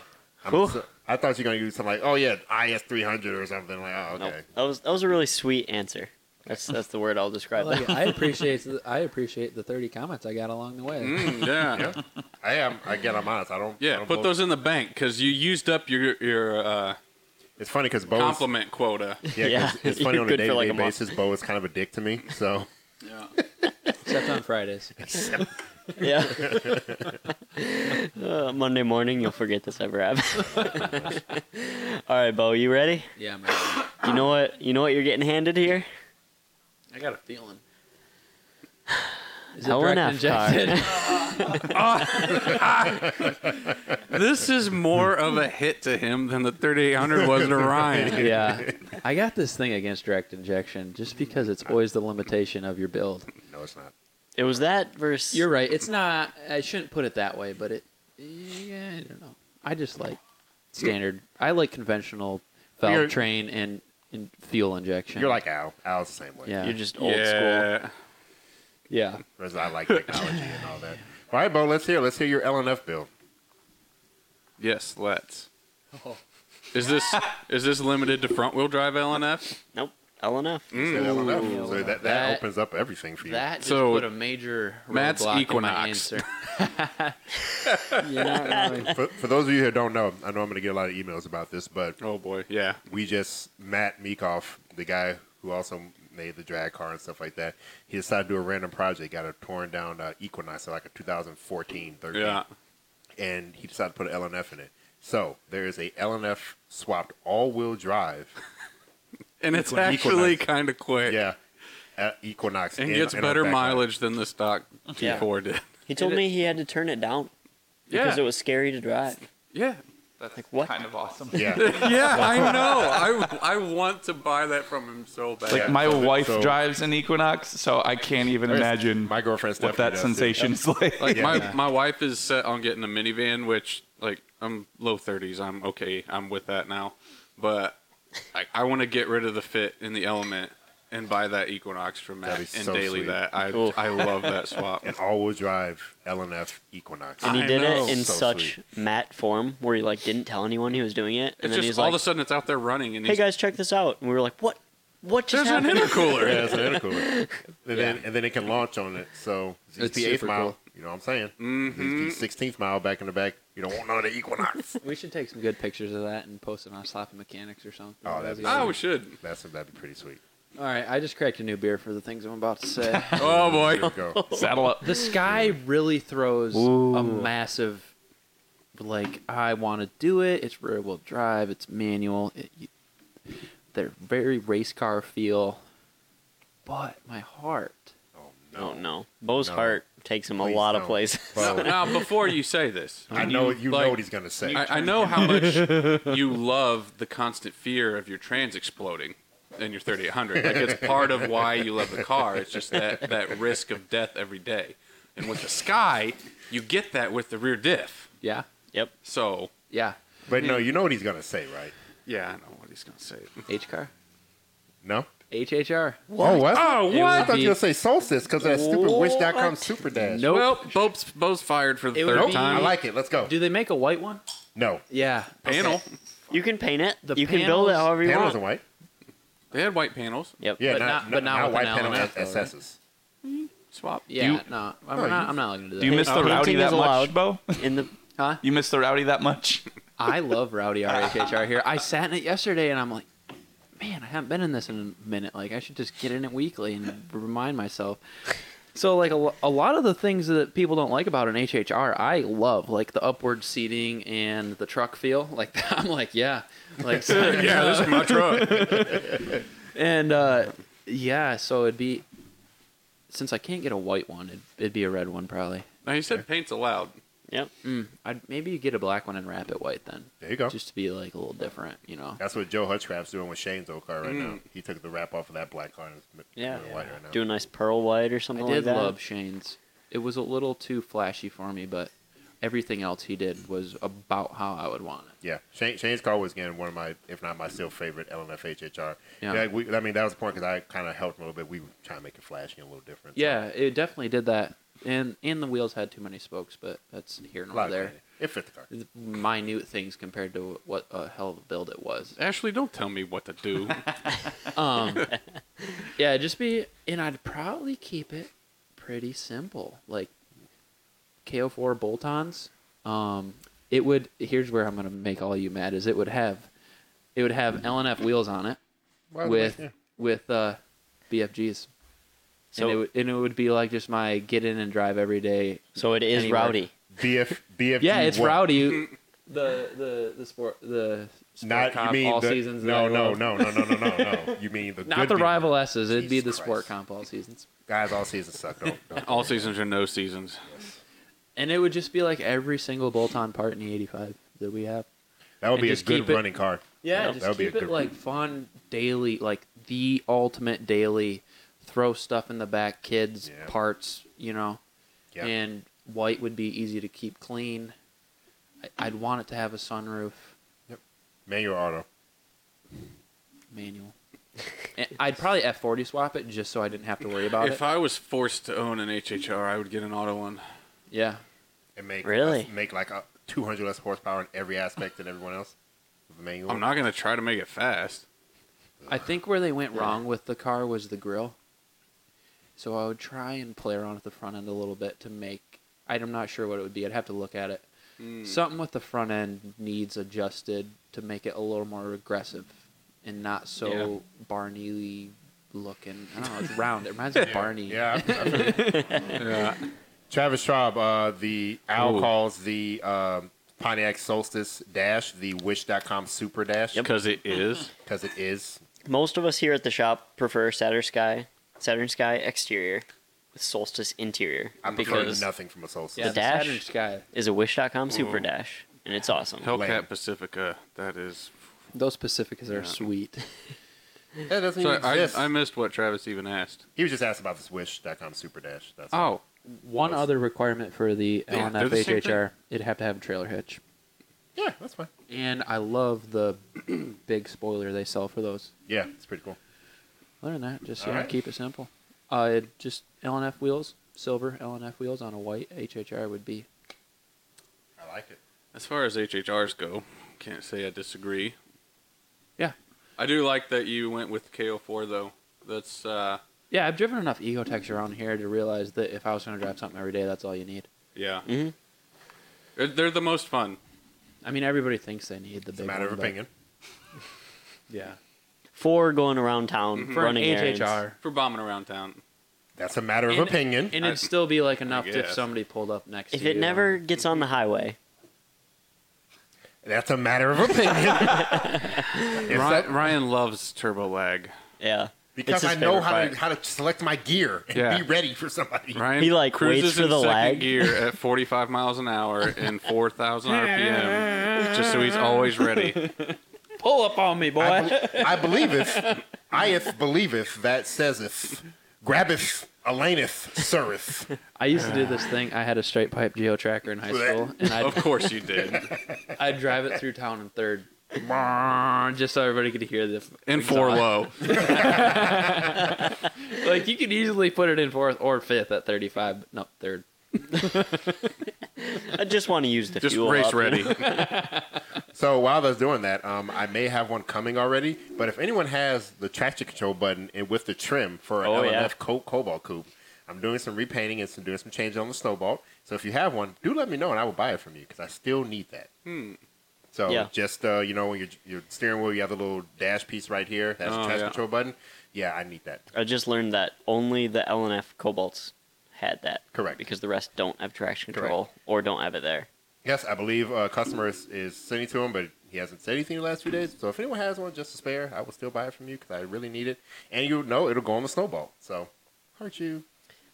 Speaker 4: I'm
Speaker 2: Cool.
Speaker 4: so- I thought you were gonna use something like, oh yeah, IS three hundred or something like. Oh okay.
Speaker 2: Nope. That was that was a really sweet answer. That's that's the word I'll describe that.
Speaker 1: I appreciate the, I appreciate the 30 comments I got along the way.
Speaker 5: Mm, yeah. yeah.
Speaker 4: I am. Again, I'm honest. I don't. I don't
Speaker 5: put
Speaker 4: vote-
Speaker 5: those in the bank because you used up your your uh,
Speaker 4: It's funny because Bo. Is,
Speaker 5: compliment quota.
Speaker 4: yeah, 'cause
Speaker 2: Yeah.
Speaker 4: it's funny
Speaker 2: You're
Speaker 4: on a
Speaker 2: good
Speaker 4: day
Speaker 2: for
Speaker 4: to
Speaker 2: like
Speaker 4: day
Speaker 2: a month.
Speaker 4: basis. Bo is kind of a dick to me, so
Speaker 5: Yeah.
Speaker 1: Except on Fridays.
Speaker 2: Yeah. uh, Monday morning, you'll forget this ever happened. All right, Bo, you ready?
Speaker 1: Yeah, man. I
Speaker 2: You know what? You know what you're getting handed here?
Speaker 1: got a feeling. Is
Speaker 2: Hell
Speaker 1: direct
Speaker 2: enough,
Speaker 1: injected?
Speaker 5: this is more of a hit to him than the 3800 was to Ryan.
Speaker 1: yeah. I got this thing against direct injection just because it's always the limitation of your build.
Speaker 4: no, it's not.
Speaker 2: It was that versus.
Speaker 1: You're right. It's not. I shouldn't put it that way, but it. Yeah, I don't know. I just like standard. I like conventional valve
Speaker 4: You're-
Speaker 1: train and, and fuel injection.
Speaker 4: You're like Al. Al's the same way.
Speaker 1: Yeah.
Speaker 2: You're just old school.
Speaker 5: yeah.
Speaker 1: yeah.
Speaker 4: Whereas I like technology and all that. All right, Bo. Let's hear. Let's hear your LNF build.
Speaker 5: Yes, let's. Is this is this limited to front wheel drive LNF?
Speaker 2: Nope. Hell enough.
Speaker 5: Mm,
Speaker 4: Said LNF. So
Speaker 1: Ooh.
Speaker 4: that, that,
Speaker 1: That-
Speaker 4: opens up everything for you.
Speaker 1: That just
Speaker 5: So,
Speaker 1: put a major
Speaker 5: Matt's
Speaker 1: roadblock in my
Speaker 5: Equinox.
Speaker 1: answer. You're not really-
Speaker 4: For, for those of you who don't know, I know I'm going to get a lot of emails about this, but
Speaker 5: Oh boy, yeah.
Speaker 4: we just Matt Meekoff, the guy who also made the drag car and stuff like that, he decided to do a random project, got a torn down uh, Equinox, so like a 2014, 13,
Speaker 5: Yeah.
Speaker 4: and he decided to put an LNF in it. So there is a LNF swapped all-wheel drive,
Speaker 5: And it's
Speaker 4: Equinox.
Speaker 5: actually kind of quick.
Speaker 4: yeah, uh, Equinox,
Speaker 5: And
Speaker 4: in-
Speaker 5: gets
Speaker 4: in our
Speaker 5: better
Speaker 4: backline.
Speaker 5: mileage than the stock
Speaker 2: Yeah.
Speaker 5: T4 did.
Speaker 2: He told me he had to turn it down because
Speaker 5: Yeah.
Speaker 2: it was scary to drive.
Speaker 5: yeah.
Speaker 6: That's
Speaker 2: what?
Speaker 6: kind of awesome.
Speaker 4: Yeah,
Speaker 5: Yeah, I know. I, I want to buy that from him so bad.
Speaker 4: Yeah,
Speaker 6: Like my
Speaker 4: so-
Speaker 6: wife
Speaker 4: so-
Speaker 6: drives an Equinox, so I can't even imagine
Speaker 4: my girlfriend
Speaker 6: what
Speaker 4: Stephanie
Speaker 6: that
Speaker 4: does, too.
Speaker 6: sensation is like.
Speaker 5: Like
Speaker 4: Yeah.
Speaker 5: my
Speaker 1: Yeah.
Speaker 5: my wife is set on getting a minivan, which like I'm low thirties. I'm okay. I'm with that now, but I, I want to get rid of the fit in the element and buy that Equinox from Matt
Speaker 4: That'd
Speaker 5: and
Speaker 4: be so
Speaker 5: daily
Speaker 4: sweet.
Speaker 5: that. I
Speaker 2: Cool.
Speaker 5: I love that swap.
Speaker 4: An all-wheel drive LNF Equinox.
Speaker 2: And he
Speaker 5: I
Speaker 2: did
Speaker 5: know.
Speaker 2: it in
Speaker 4: So
Speaker 2: such
Speaker 4: sweet.
Speaker 2: matt form where he like didn't tell anyone he was doing it, and
Speaker 5: It's
Speaker 2: then
Speaker 5: just
Speaker 2: he's
Speaker 5: all
Speaker 2: like,
Speaker 5: of a sudden it's out there running and
Speaker 2: "Hey
Speaker 5: he's
Speaker 2: guys, check this out!" And we were like, "What? What just
Speaker 5: there's an
Speaker 2: happened?"
Speaker 5: intercooler.
Speaker 4: Yeah, it's an intercooler. And then and then it can launch on it. So
Speaker 1: It's
Speaker 4: it's the eighth
Speaker 1: super
Speaker 4: mile.
Speaker 1: cool.
Speaker 4: You know what I'm saying? Mm-hmm. Sixteenth mile back in the back. You don't want none of the Equinox.
Speaker 1: we should take some good pictures of that and post it on Sloppy Mechanics or something.
Speaker 4: Oh, that'd be
Speaker 5: Oh, we should.
Speaker 4: That's that'd be pretty sweet.
Speaker 1: All right, I just cracked a new beer for the things I'm about to say.
Speaker 5: Oh boy.
Speaker 4: There we go.
Speaker 6: Saddle up.
Speaker 1: the sky really throws a
Speaker 2: Ooh.
Speaker 1: massive like i want to do it it's rear wheel drive it's manual it, you, they're very race car feel but my heart
Speaker 4: Oh
Speaker 2: Oh no, Bo's
Speaker 4: No.
Speaker 2: heart takes him a
Speaker 4: Please
Speaker 2: lot of
Speaker 4: don't.
Speaker 2: places.
Speaker 4: Well,
Speaker 5: now, before you say this,
Speaker 4: I know you
Speaker 5: like-
Speaker 4: know what he's gonna say.
Speaker 5: I, I know how much you love the constant fear of your trans exploding in your 3800. Like it's part of why you love the car. It's just that that risk of death every day. And with the sky, you get that with the rear diff.
Speaker 1: Yeah.
Speaker 2: yep.
Speaker 5: So
Speaker 1: Yeah.
Speaker 4: but no, you know what he's gonna say, right?
Speaker 5: yeah, I know what he's gonna say.
Speaker 1: H car.
Speaker 4: No.
Speaker 1: HHR.
Speaker 4: Oh what?
Speaker 5: Oh,
Speaker 4: I
Speaker 5: what?
Speaker 4: thought you were gonna say solstice because that stupid wish.com super dash.
Speaker 1: Nope.
Speaker 5: Well, Bo's, Bo's fired for the
Speaker 1: It would
Speaker 5: third
Speaker 1: be-
Speaker 5: time.
Speaker 4: I like it. Let's go.
Speaker 1: Do they make a white one?
Speaker 4: No.
Speaker 1: Yeah.
Speaker 5: panel.
Speaker 2: You can paint it.
Speaker 1: The
Speaker 2: you can build it
Speaker 1: panels-
Speaker 2: however you
Speaker 4: Panels
Speaker 2: want.
Speaker 4: are white.
Speaker 5: They had white panels.
Speaker 2: Yep.
Speaker 4: Yeah,
Speaker 1: But
Speaker 4: not,
Speaker 1: not- but not
Speaker 4: not
Speaker 1: with
Speaker 4: white
Speaker 1: an
Speaker 4: panel
Speaker 1: LNF, though, right?
Speaker 4: SSs.
Speaker 5: Swap.
Speaker 1: Yeah.
Speaker 6: You-
Speaker 1: no. I'm not.
Speaker 4: Oh, you-
Speaker 1: I'm not looking to do that.
Speaker 6: Do you miss the
Speaker 2: Painting
Speaker 6: rowdy
Speaker 2: is
Speaker 6: that much,
Speaker 2: allowed.
Speaker 6: Bo?
Speaker 2: In the
Speaker 1: Huh?
Speaker 6: You miss the rowdy that much?
Speaker 1: I love Rowdy RHHR here. I sat in it yesterday and I'm like, man, I haven't been in this in a minute. Like, I should just get in it weekly and remind myself. So, like, a, lo- a lot of the things that people don't like about an HHR, I love, like the upward seating and the truck feel. Like, I'm like, yeah. Like, so-
Speaker 5: Yeah, this is my truck.
Speaker 1: and uh, yeah, so it'd be, since I can't get a white one, it'd, it'd be a red one probably.
Speaker 5: Now you said paint's allowed.
Speaker 2: yep.
Speaker 1: Mm, I'd maybe get a black one and wrap it white then,
Speaker 4: There you go.
Speaker 1: just to be like a little different, you know.
Speaker 4: That's what Joe Hutchcraft's doing with Shane's old car right
Speaker 1: Mm.
Speaker 4: now. He took the wrap off of that black car and it's
Speaker 2: Yeah.
Speaker 4: doing white right now.
Speaker 2: Do a nice pearl white or something
Speaker 1: I did
Speaker 2: like that.
Speaker 1: love Shane's. It was a little too flashy for me, but everything else he did was about how I would want it.
Speaker 4: Yeah, Shane, Shane's car was again one of my, if not my still favorite LNF HHR.
Speaker 1: Yeah.
Speaker 4: Yeah, we, I mean that was the point because I kind of helped him a little bit. We were trying to make it flashy and a little different. so
Speaker 1: Yeah, it definitely did that. And and the wheels had too many spokes, but that's here
Speaker 4: a
Speaker 1: nor
Speaker 4: lot of
Speaker 1: there.
Speaker 4: cleaning. It fit the car.
Speaker 1: Minute things compared to what a hell of a build it was.
Speaker 5: Ashley, don't tell me what to do.
Speaker 1: Um, yeah, it'd just be, and I'd probably keep it pretty simple, like KO4 bolt-ons. Um, it would. Here's where I'm gonna make all you mad. Is it would have, it would have LNF wheels on it
Speaker 4: Well,
Speaker 1: with
Speaker 4: yeah.
Speaker 1: with uh, BFGs.
Speaker 2: So-
Speaker 1: and, it would, and it would be like just my get in and drive every day.
Speaker 2: So it is
Speaker 1: Anywhere.
Speaker 2: rowdy.
Speaker 4: BF BF.
Speaker 1: Yeah, it's rowdy. the the the sport the sport
Speaker 4: Not
Speaker 1: comp
Speaker 4: you mean
Speaker 1: all
Speaker 4: the,
Speaker 1: seasons. that I
Speaker 4: No, no,
Speaker 1: love.
Speaker 4: no, no, no, no, no, no. You mean the
Speaker 1: Not
Speaker 4: good
Speaker 1: the
Speaker 4: BF.
Speaker 1: rival S's. It'd be the
Speaker 4: Jesus
Speaker 1: sport
Speaker 4: Christ.
Speaker 1: comp all seasons.
Speaker 4: guys. All seasons suck. Don't, don't
Speaker 5: All seasons or no seasons.
Speaker 1: And it would just be like every single bolt-on part in the 85 that we have.
Speaker 4: That would
Speaker 1: And
Speaker 4: be a
Speaker 1: just keep
Speaker 4: good
Speaker 1: it-
Speaker 4: running car.
Speaker 1: Yeah,
Speaker 4: that
Speaker 1: just
Speaker 4: would be a
Speaker 1: keep it
Speaker 4: good
Speaker 1: like fun daily, like the ultimate daily. Throw stuff in the back, kids
Speaker 4: Yeah.
Speaker 1: parts, you know.
Speaker 4: Yeah.
Speaker 1: And white would be easy to keep clean. I, I'd want it to have a sunroof,
Speaker 4: manual auto.
Speaker 1: manual. And I'd probably F40 swap it just so I didn't have to worry about
Speaker 5: If
Speaker 1: it.
Speaker 5: I was forced to own an HHR, I would get an auto one.
Speaker 1: yeah.
Speaker 4: and make
Speaker 2: Really?
Speaker 4: us- make like a 200 less horsepower in every aspect than everyone else. With the manual.
Speaker 5: I'm not gonna try to make it fast.
Speaker 1: I think where they went wrong with the car was the grill. So I would try and play around with the front end a little bit to make. I'm not sure what it would be. I'd have to look at it.
Speaker 4: Hmm.
Speaker 1: Something with the front end needs adjusted to make it a little more aggressive and not so Barney looking. I don't know. It's round. It reminds me of Barney.
Speaker 4: Yeah. I- I figured. Travis Schwab, uh, the Al
Speaker 5: Ooh.
Speaker 4: calls the um, Pontiac Solstice Dash the Wish.com Super Dash
Speaker 5: Because it is.
Speaker 4: because it is.
Speaker 2: Most of us here at the shop prefer Saturn Sky, Saturn Sky exterior with Solstice interior
Speaker 4: I'm
Speaker 2: because
Speaker 4: nothing from a Solstice.
Speaker 1: Yeah,
Speaker 2: The dash?
Speaker 1: Saturn Sky.
Speaker 2: is a Wish.com Super
Speaker 5: Ooh.
Speaker 2: Dash and it's awesome.
Speaker 5: Hellcat
Speaker 4: Lame.
Speaker 5: Pacifica. That is.
Speaker 1: Those Pacificas are
Speaker 5: Yeah.
Speaker 1: sweet.
Speaker 4: That doesn't
Speaker 5: So
Speaker 4: even
Speaker 5: I,
Speaker 4: exist.
Speaker 5: I missed what Travis even asked.
Speaker 4: he was just asked about this Wish.com Super Dash. That's all.
Speaker 5: Oh,
Speaker 1: One other requirement for the
Speaker 5: Yeah, they're the same thing.
Speaker 1: LNFHHR, it'd have to have a trailer hitch.
Speaker 4: Yeah, that's fine.
Speaker 1: And I love the big spoiler they sell for those.
Speaker 4: Yeah, it's pretty cool.
Speaker 1: Other than that, just
Speaker 4: All
Speaker 1: yeah,
Speaker 4: right.
Speaker 1: keep it simple. Uh, it just LNF wheels, silver LNF wheels on a white HHR would be.
Speaker 4: I like it.
Speaker 5: as far as HHRs go, can't say I disagree.
Speaker 1: Yeah,
Speaker 5: I do like that you went with KO4 though. That's uh,
Speaker 1: yeah. I've driven enough Egotex around here to realize that if I was going to drive something every day, that's all you need.
Speaker 5: yeah.
Speaker 2: Mhm.
Speaker 5: They're, they're the most fun.
Speaker 1: I mean, everybody thinks they need the
Speaker 4: It's
Speaker 1: big.
Speaker 4: a matter
Speaker 1: one,
Speaker 4: of
Speaker 1: but-
Speaker 4: opinion.
Speaker 1: Yeah,
Speaker 2: For going around town,
Speaker 4: Mm-hmm.
Speaker 1: for
Speaker 2: running
Speaker 1: an
Speaker 2: errands.
Speaker 1: HHR,
Speaker 5: For bombing around town.
Speaker 4: That's a matter of
Speaker 1: And-
Speaker 4: opinion.
Speaker 1: and it'd still be like enough if
Speaker 5: guess.
Speaker 1: somebody pulled up next.
Speaker 2: If
Speaker 1: to
Speaker 2: it
Speaker 1: you
Speaker 2: never
Speaker 1: on-
Speaker 2: gets on the highway,
Speaker 4: That's a matter of opinion. It's
Speaker 5: Ryan,
Speaker 4: that-
Speaker 5: Ryan loves turbo lag.
Speaker 2: yeah.
Speaker 4: because
Speaker 2: his
Speaker 4: I know
Speaker 2: favorite
Speaker 4: how
Speaker 2: bike.
Speaker 4: to, how to select my gear and
Speaker 3: Yeah.
Speaker 4: be ready for somebody.
Speaker 5: Ryan
Speaker 2: He, like,
Speaker 5: cruises
Speaker 2: waits for
Speaker 5: in
Speaker 2: the
Speaker 5: second
Speaker 2: lag.
Speaker 5: gear at 45 miles an hour and 4,000 RPM, just so he's always ready.
Speaker 1: Pull up on me, boy.
Speaker 4: I, bel- I believeth, I if believeth that saith, grabbeth, alaineth, sireth.
Speaker 1: I used to do this thing. I had a straight pipe geo tracker in high school, and
Speaker 5: Of
Speaker 1: I'd,
Speaker 5: course you did.
Speaker 1: I'd drive it through town in third, just so everybody could hear the.
Speaker 5: In four low.
Speaker 1: Like you could easily put it in fourth or fifth at thirty-five, but no third.
Speaker 2: I just want to use the
Speaker 5: Just
Speaker 2: fuel.
Speaker 5: race
Speaker 2: up, you
Speaker 5: ready.
Speaker 2: know?
Speaker 4: So while that's doing that, um, I may have one coming already. But if anyone has the traction control button and with the trim for an
Speaker 2: Oh,
Speaker 4: LNF
Speaker 2: yeah.
Speaker 4: co- Cobalt Coupe, I'm doing some repainting and some doing some changes on the Snowball. So if you have one, do let me know and I will buy it from you because I still need that. So
Speaker 2: Yeah.
Speaker 4: just uh, you know, when your your steering wheel, you have the little dash piece right here. That's the
Speaker 5: Oh,
Speaker 4: traction
Speaker 5: yeah.
Speaker 4: control button. Yeah, I need that.
Speaker 2: I just learned that only the LNF Cobalts had that.
Speaker 4: Correct.
Speaker 2: Because the rest don't have traction control or don't have it there.
Speaker 4: Yes, I believe a customer is, is sending to him, but he hasn't said anything the last few days. So if anyone has one just to spare, I will still buy it from you because I really need it. And you know it'll go on the snowball. So hurt you.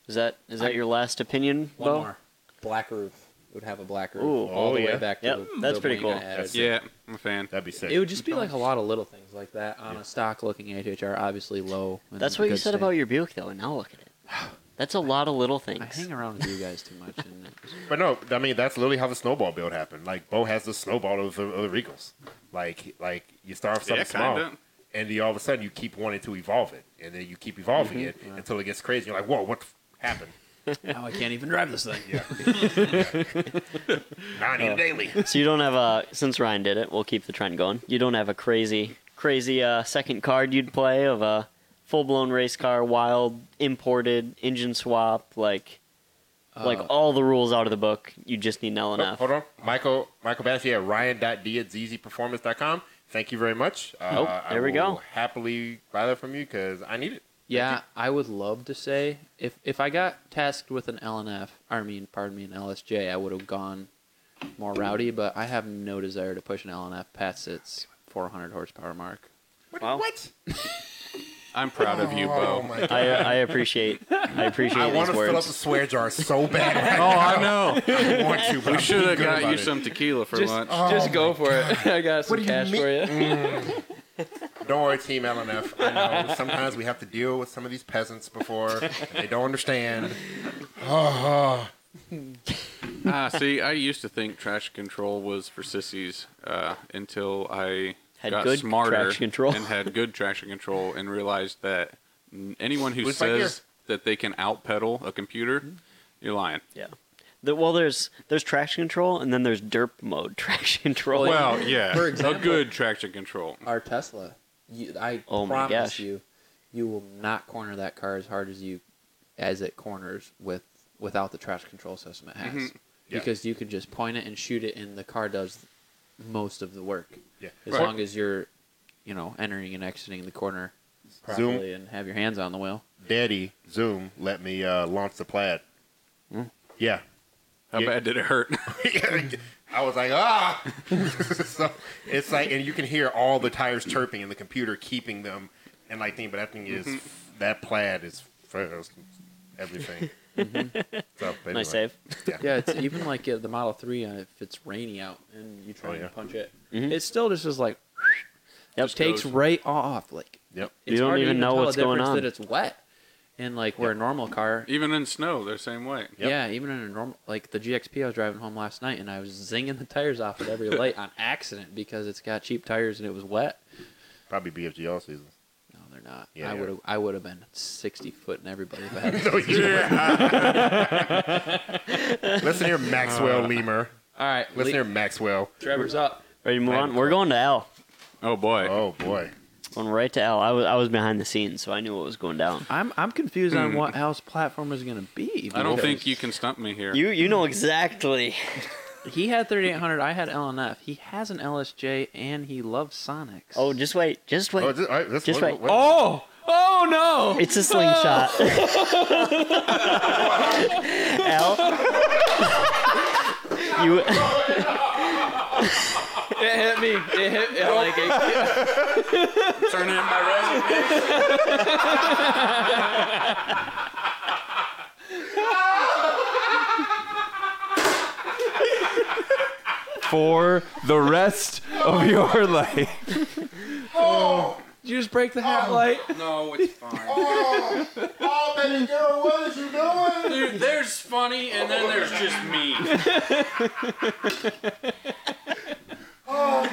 Speaker 2: Is that is that your last opinion,
Speaker 1: One
Speaker 2: Bo?
Speaker 1: more. Black roof. It would have a black roof
Speaker 2: Ooh.
Speaker 1: all
Speaker 4: Oh,
Speaker 1: the
Speaker 4: yeah.
Speaker 1: way back to
Speaker 2: Yep,
Speaker 1: the,
Speaker 2: that's
Speaker 1: the
Speaker 2: pretty
Speaker 1: wing I
Speaker 2: cool.
Speaker 1: added.
Speaker 4: That's-
Speaker 5: Yeah, I'm a fan.
Speaker 4: That'd be sick.
Speaker 1: It would just be like a lot of little things like that on a stock looking HHR, obviously low. and
Speaker 2: That's what you
Speaker 1: good
Speaker 2: said
Speaker 1: state.
Speaker 2: about your Buick, though, and now look at it. That's a lot of little
Speaker 1: I
Speaker 2: things.
Speaker 1: hang around with you guys too much. And
Speaker 4: but no, I mean that's literally how the snowball build happened. Like Bo has the snowball of the, of the Regals. Like like you start off something
Speaker 5: Yeah,
Speaker 4: small,
Speaker 5: kinda.
Speaker 4: and you all of a sudden you keep wanting to evolve it, and then you keep evolving
Speaker 1: Mm-hmm.
Speaker 4: it until it gets crazy. You're like, whoa, what the f- happened?
Speaker 1: now I can't even drive this thing.
Speaker 4: Not
Speaker 1: Uh,
Speaker 4: even daily.
Speaker 2: So you don't have a since Ryan did it, we'll keep the trend going. You don't have a crazy crazy uh, second card you'd play of a full blown race car, wild, imported, engine swap, like like all the rules out of the book. You just need an
Speaker 4: Oh,
Speaker 2: LNF.
Speaker 4: Uh. hold on. Michael Michael Bassi at ryan.d at zzperformance.com. Thank you very much. Uh,
Speaker 2: Nope, there
Speaker 4: I
Speaker 2: we go.
Speaker 4: will happily buy that from you because I need it.
Speaker 1: Yeah, I would love to say if if I got tasked with an LNF, I mean, pardon me, an LSJ, I would have gone more rowdy. But I have no desire to push an LNF past its 400 horsepower mark.
Speaker 4: What?
Speaker 2: Wow.
Speaker 4: what?
Speaker 5: I'm proud of you, Bo.
Speaker 4: Oh, my God.
Speaker 2: I, I appreciate I appreciate
Speaker 4: I want
Speaker 2: these
Speaker 4: to fill up the
Speaker 2: words.
Speaker 4: swear jar so bad right
Speaker 5: Oh, I know.
Speaker 4: now. I want to, but
Speaker 5: We
Speaker 4: I'm
Speaker 5: should have
Speaker 4: good
Speaker 5: got
Speaker 4: about
Speaker 5: you
Speaker 4: it.
Speaker 5: some tequila for
Speaker 1: just
Speaker 5: lunch.
Speaker 1: just go for it. I got some
Speaker 4: do you
Speaker 1: cash
Speaker 4: mean-
Speaker 1: for you.
Speaker 4: Don't worry, Team LNF. I know sometimes we have to deal with some of these peasants before they don't understand.
Speaker 5: Ah, see, I used to think trash control was for sissies uh, until I
Speaker 2: Had
Speaker 5: got
Speaker 2: good
Speaker 5: smarter
Speaker 2: traction control.
Speaker 5: and had good traction control and realized that n- anyone who
Speaker 4: Looks like
Speaker 5: says that they can outpedal a computer, you're lying.
Speaker 2: Yeah. The, well, there's there's traction control and then there's derp mode traction control.
Speaker 5: Well, yeah,
Speaker 1: For
Speaker 5: a
Speaker 1: example-
Speaker 5: good traction control.
Speaker 1: our Tesla. You, I
Speaker 2: Oh my
Speaker 1: promise
Speaker 2: gosh.
Speaker 1: you, you will not corner that car as hard as you as it corners with without the trash control system it has,
Speaker 4: Yeah.
Speaker 1: because you can just point it and shoot it, and the car does most of the work.
Speaker 4: Yeah.
Speaker 1: as
Speaker 5: Right.
Speaker 1: long as you're, you know, entering and exiting the corner properly and have your hands on the wheel.
Speaker 4: Daddy, Zoom, let me uh, launch the plaid.
Speaker 2: Hmm?
Speaker 4: Yeah.
Speaker 5: How
Speaker 4: Yeah.
Speaker 5: bad did it hurt?
Speaker 4: I was like, ah. so it's like, and you can hear all the tires chirping and the computer keeping them, and like thing. But that thing is that plaid is first, everything. so, but
Speaker 2: nice
Speaker 4: anyway.
Speaker 2: save.
Speaker 1: Yeah, it's even like uh, the Model Three. Uh, if it's rainy out and you try
Speaker 4: Oh,
Speaker 1: to
Speaker 4: yeah.
Speaker 1: punch it, it still just is like
Speaker 2: Yep.
Speaker 1: just takes
Speaker 5: goes.
Speaker 1: right off. Like
Speaker 4: Yep.
Speaker 2: You don't
Speaker 1: hard to
Speaker 2: even know
Speaker 1: tell the
Speaker 2: what's going
Speaker 1: difference
Speaker 2: on.
Speaker 1: That it's wet, and like where a normal car,
Speaker 5: Even in snow, they're same way.
Speaker 4: Yep.
Speaker 1: yeah, even in a normal like the GXP I was driving home last night, and I was zinging the tires off at every light on accident because it's got cheap tires and it was wet.
Speaker 4: Probably BFG all season.
Speaker 1: No, they're not.
Speaker 4: Yeah,
Speaker 1: I
Speaker 4: yeah.
Speaker 1: would have. I would have been sixty foot in everybody. If I had
Speaker 4: Listen here, Maxwell Lemur.
Speaker 1: All right,
Speaker 4: Listen here, Maxwell.
Speaker 1: Trevor's up.
Speaker 2: Ready to move on? We're going to L.
Speaker 5: Oh boy.
Speaker 4: Oh boy.
Speaker 2: Going right to L. I was I was behind the scenes, so I knew what was going down.
Speaker 1: I'm I'm confused on what Al's platform is going to be.
Speaker 5: I don't
Speaker 1: because
Speaker 5: think you can stump me here.
Speaker 2: You you know exactly.
Speaker 1: He had 3800. I had LNF. He has an LSJ, and he loves Sonics.
Speaker 2: Oh, just wait, just wait.
Speaker 4: Oh, just, all right, let's-
Speaker 2: Just
Speaker 4: what-
Speaker 2: wait.
Speaker 4: what-
Speaker 6: Oh, oh no!
Speaker 2: It's a slingshot. Al. you
Speaker 1: it hit me. me. It hit me like it,
Speaker 5: Turn in my resume.
Speaker 3: for the rest of your life.
Speaker 6: Oh!
Speaker 1: Did you just break the hat light.
Speaker 5: No, it's fine.
Speaker 4: Oh, baby girl, what is you doing?
Speaker 5: Dude, there's funny, and then there's just me.
Speaker 4: Oh,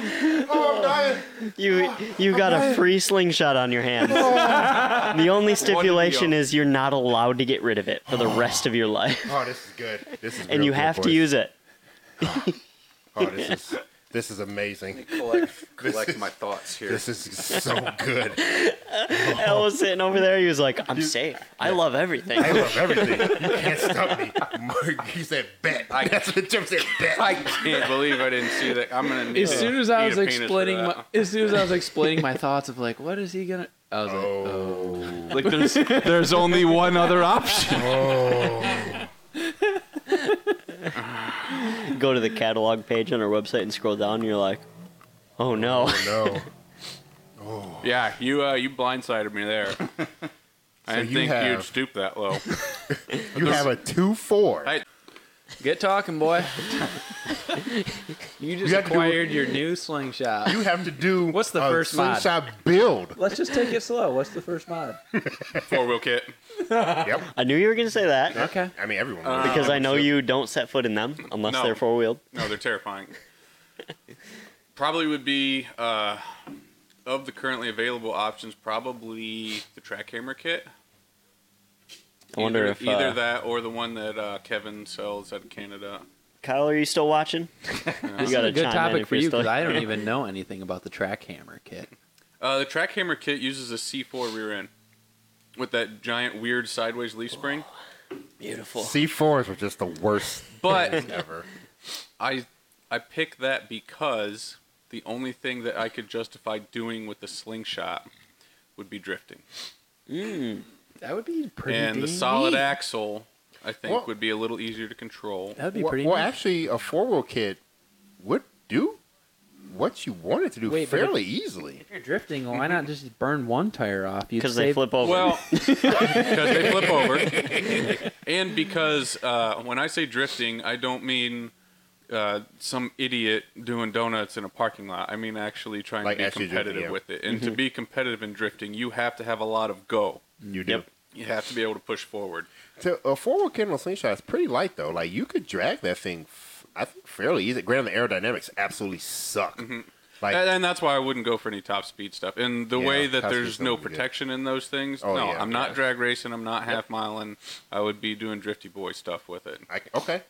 Speaker 4: I'm dying.
Speaker 2: You you got a free slingshot on your hand. The only stipulation is you're not allowed to get rid of it for the rest of your life,
Speaker 4: Oh, this is good. This is
Speaker 2: and
Speaker 4: real
Speaker 2: you
Speaker 4: good,
Speaker 2: have to
Speaker 4: boys.
Speaker 2: use it.
Speaker 4: Oh, this is this is amazing.
Speaker 5: collect, collect my thoughts here.
Speaker 4: This is so good.
Speaker 2: Al was sitting over there. He was like, "I'm safe. I love everything."
Speaker 4: I love everything. You can't stop me. Mark, he said bet. That's what Jim said. Bet.
Speaker 5: I can't believe I didn't see that. I'm gonna. Need
Speaker 1: As
Speaker 5: to
Speaker 1: soon as
Speaker 5: need
Speaker 1: I
Speaker 5: a
Speaker 1: was
Speaker 5: penis for
Speaker 1: explaining
Speaker 5: that.
Speaker 1: my, as soon as I was explaining my thoughts of like, what is he gonna? I was like, oh.
Speaker 3: Like there's there's only one other option.
Speaker 5: Oh.
Speaker 2: Go to the catalog page on our website and scroll down. And you're like, "Oh no."
Speaker 4: no.
Speaker 5: yeah, you uh, you blindsided me there. I didn't
Speaker 4: you
Speaker 5: think
Speaker 4: have-
Speaker 5: you'd stoop that low.
Speaker 4: You have a two four.
Speaker 5: I-
Speaker 1: Get talking, boy. you just
Speaker 4: You have to do-
Speaker 1: acquired your new slingshot.
Speaker 4: You have to do
Speaker 1: What's the
Speaker 4: a
Speaker 1: first mod?
Speaker 4: slingshot build.
Speaker 1: Let's just take it slow. What's the first mod?
Speaker 5: Four wheel kit.
Speaker 4: Yep.
Speaker 2: I knew you were gonna say that
Speaker 1: Okay.
Speaker 4: I mean everyone.
Speaker 5: Uh,
Speaker 2: because I know you don't set foot in them unless
Speaker 5: No.
Speaker 2: they're four wheeled.
Speaker 5: No, they're terrifying. probably would be uh, of the currently available options. Probably the track hammer kit.
Speaker 2: I wonder
Speaker 5: either,
Speaker 2: if
Speaker 5: either
Speaker 2: uh,
Speaker 5: that or the one that uh, Kevin sells out of Canada.
Speaker 2: Kyle, are you still watching? you
Speaker 1: This is
Speaker 2: gotta
Speaker 1: a good
Speaker 2: chime in
Speaker 1: topic
Speaker 2: if
Speaker 1: for
Speaker 2: you're
Speaker 1: you
Speaker 2: still
Speaker 1: because I don't
Speaker 2: here.
Speaker 1: even know anything about the track hammer kit.
Speaker 5: Uh, the track hammer kit uses a C4 rear end with that giant weird sideways leaf spring.
Speaker 2: Beautiful.
Speaker 4: C fours were just the worst
Speaker 5: But
Speaker 4: ever.
Speaker 5: I I picked that because the only thing that I could justify doing with the slingshot would be drifting,
Speaker 1: That would be pretty.
Speaker 5: and the
Speaker 1: dang
Speaker 5: solid
Speaker 1: neat.
Speaker 5: axle I think
Speaker 4: Well-
Speaker 5: would be a little easier to control.
Speaker 1: That would be
Speaker 4: Well,
Speaker 1: pretty.
Speaker 4: well,
Speaker 1: neat.
Speaker 4: actually, a four wheel kit would do what you wanted to do
Speaker 1: Wait, but
Speaker 4: fairly easily.
Speaker 1: if you're drifting, why not just burn one tire off? You
Speaker 2: Because they
Speaker 1: save-
Speaker 2: flip over.
Speaker 5: Well, because they flip over, and because uh, when I say drifting, I don't mean uh, some idiot doing donuts in a parking lot. I mean actually trying
Speaker 4: Like
Speaker 5: to be
Speaker 4: actually drifting,
Speaker 5: competitive
Speaker 4: yeah.
Speaker 5: with it. And to
Speaker 1: Mm-hmm.
Speaker 5: be competitive in drifting, you have to have a lot of go.
Speaker 4: You do.
Speaker 2: Yep.
Speaker 5: You have to be able to push forward.
Speaker 4: So a four wheel kit on a slingshot is pretty light though. Like you could drag that thing, f- I think, fairly easy. Granted, the aerodynamics absolutely suck.
Speaker 5: Mm-hmm.
Speaker 4: Like
Speaker 5: And, and that's why I wouldn't go for any top speed stuff. And the
Speaker 4: Yeah,
Speaker 5: way that
Speaker 4: top speed's
Speaker 5: there's
Speaker 4: not
Speaker 5: no
Speaker 4: gonna be good.
Speaker 5: protection in those things,
Speaker 4: Oh,
Speaker 5: no,
Speaker 4: yeah,
Speaker 5: I'm not
Speaker 4: yeah.
Speaker 5: drag racing. I'm not half miling. I would be doing drifty boy stuff with it.
Speaker 4: I, okay.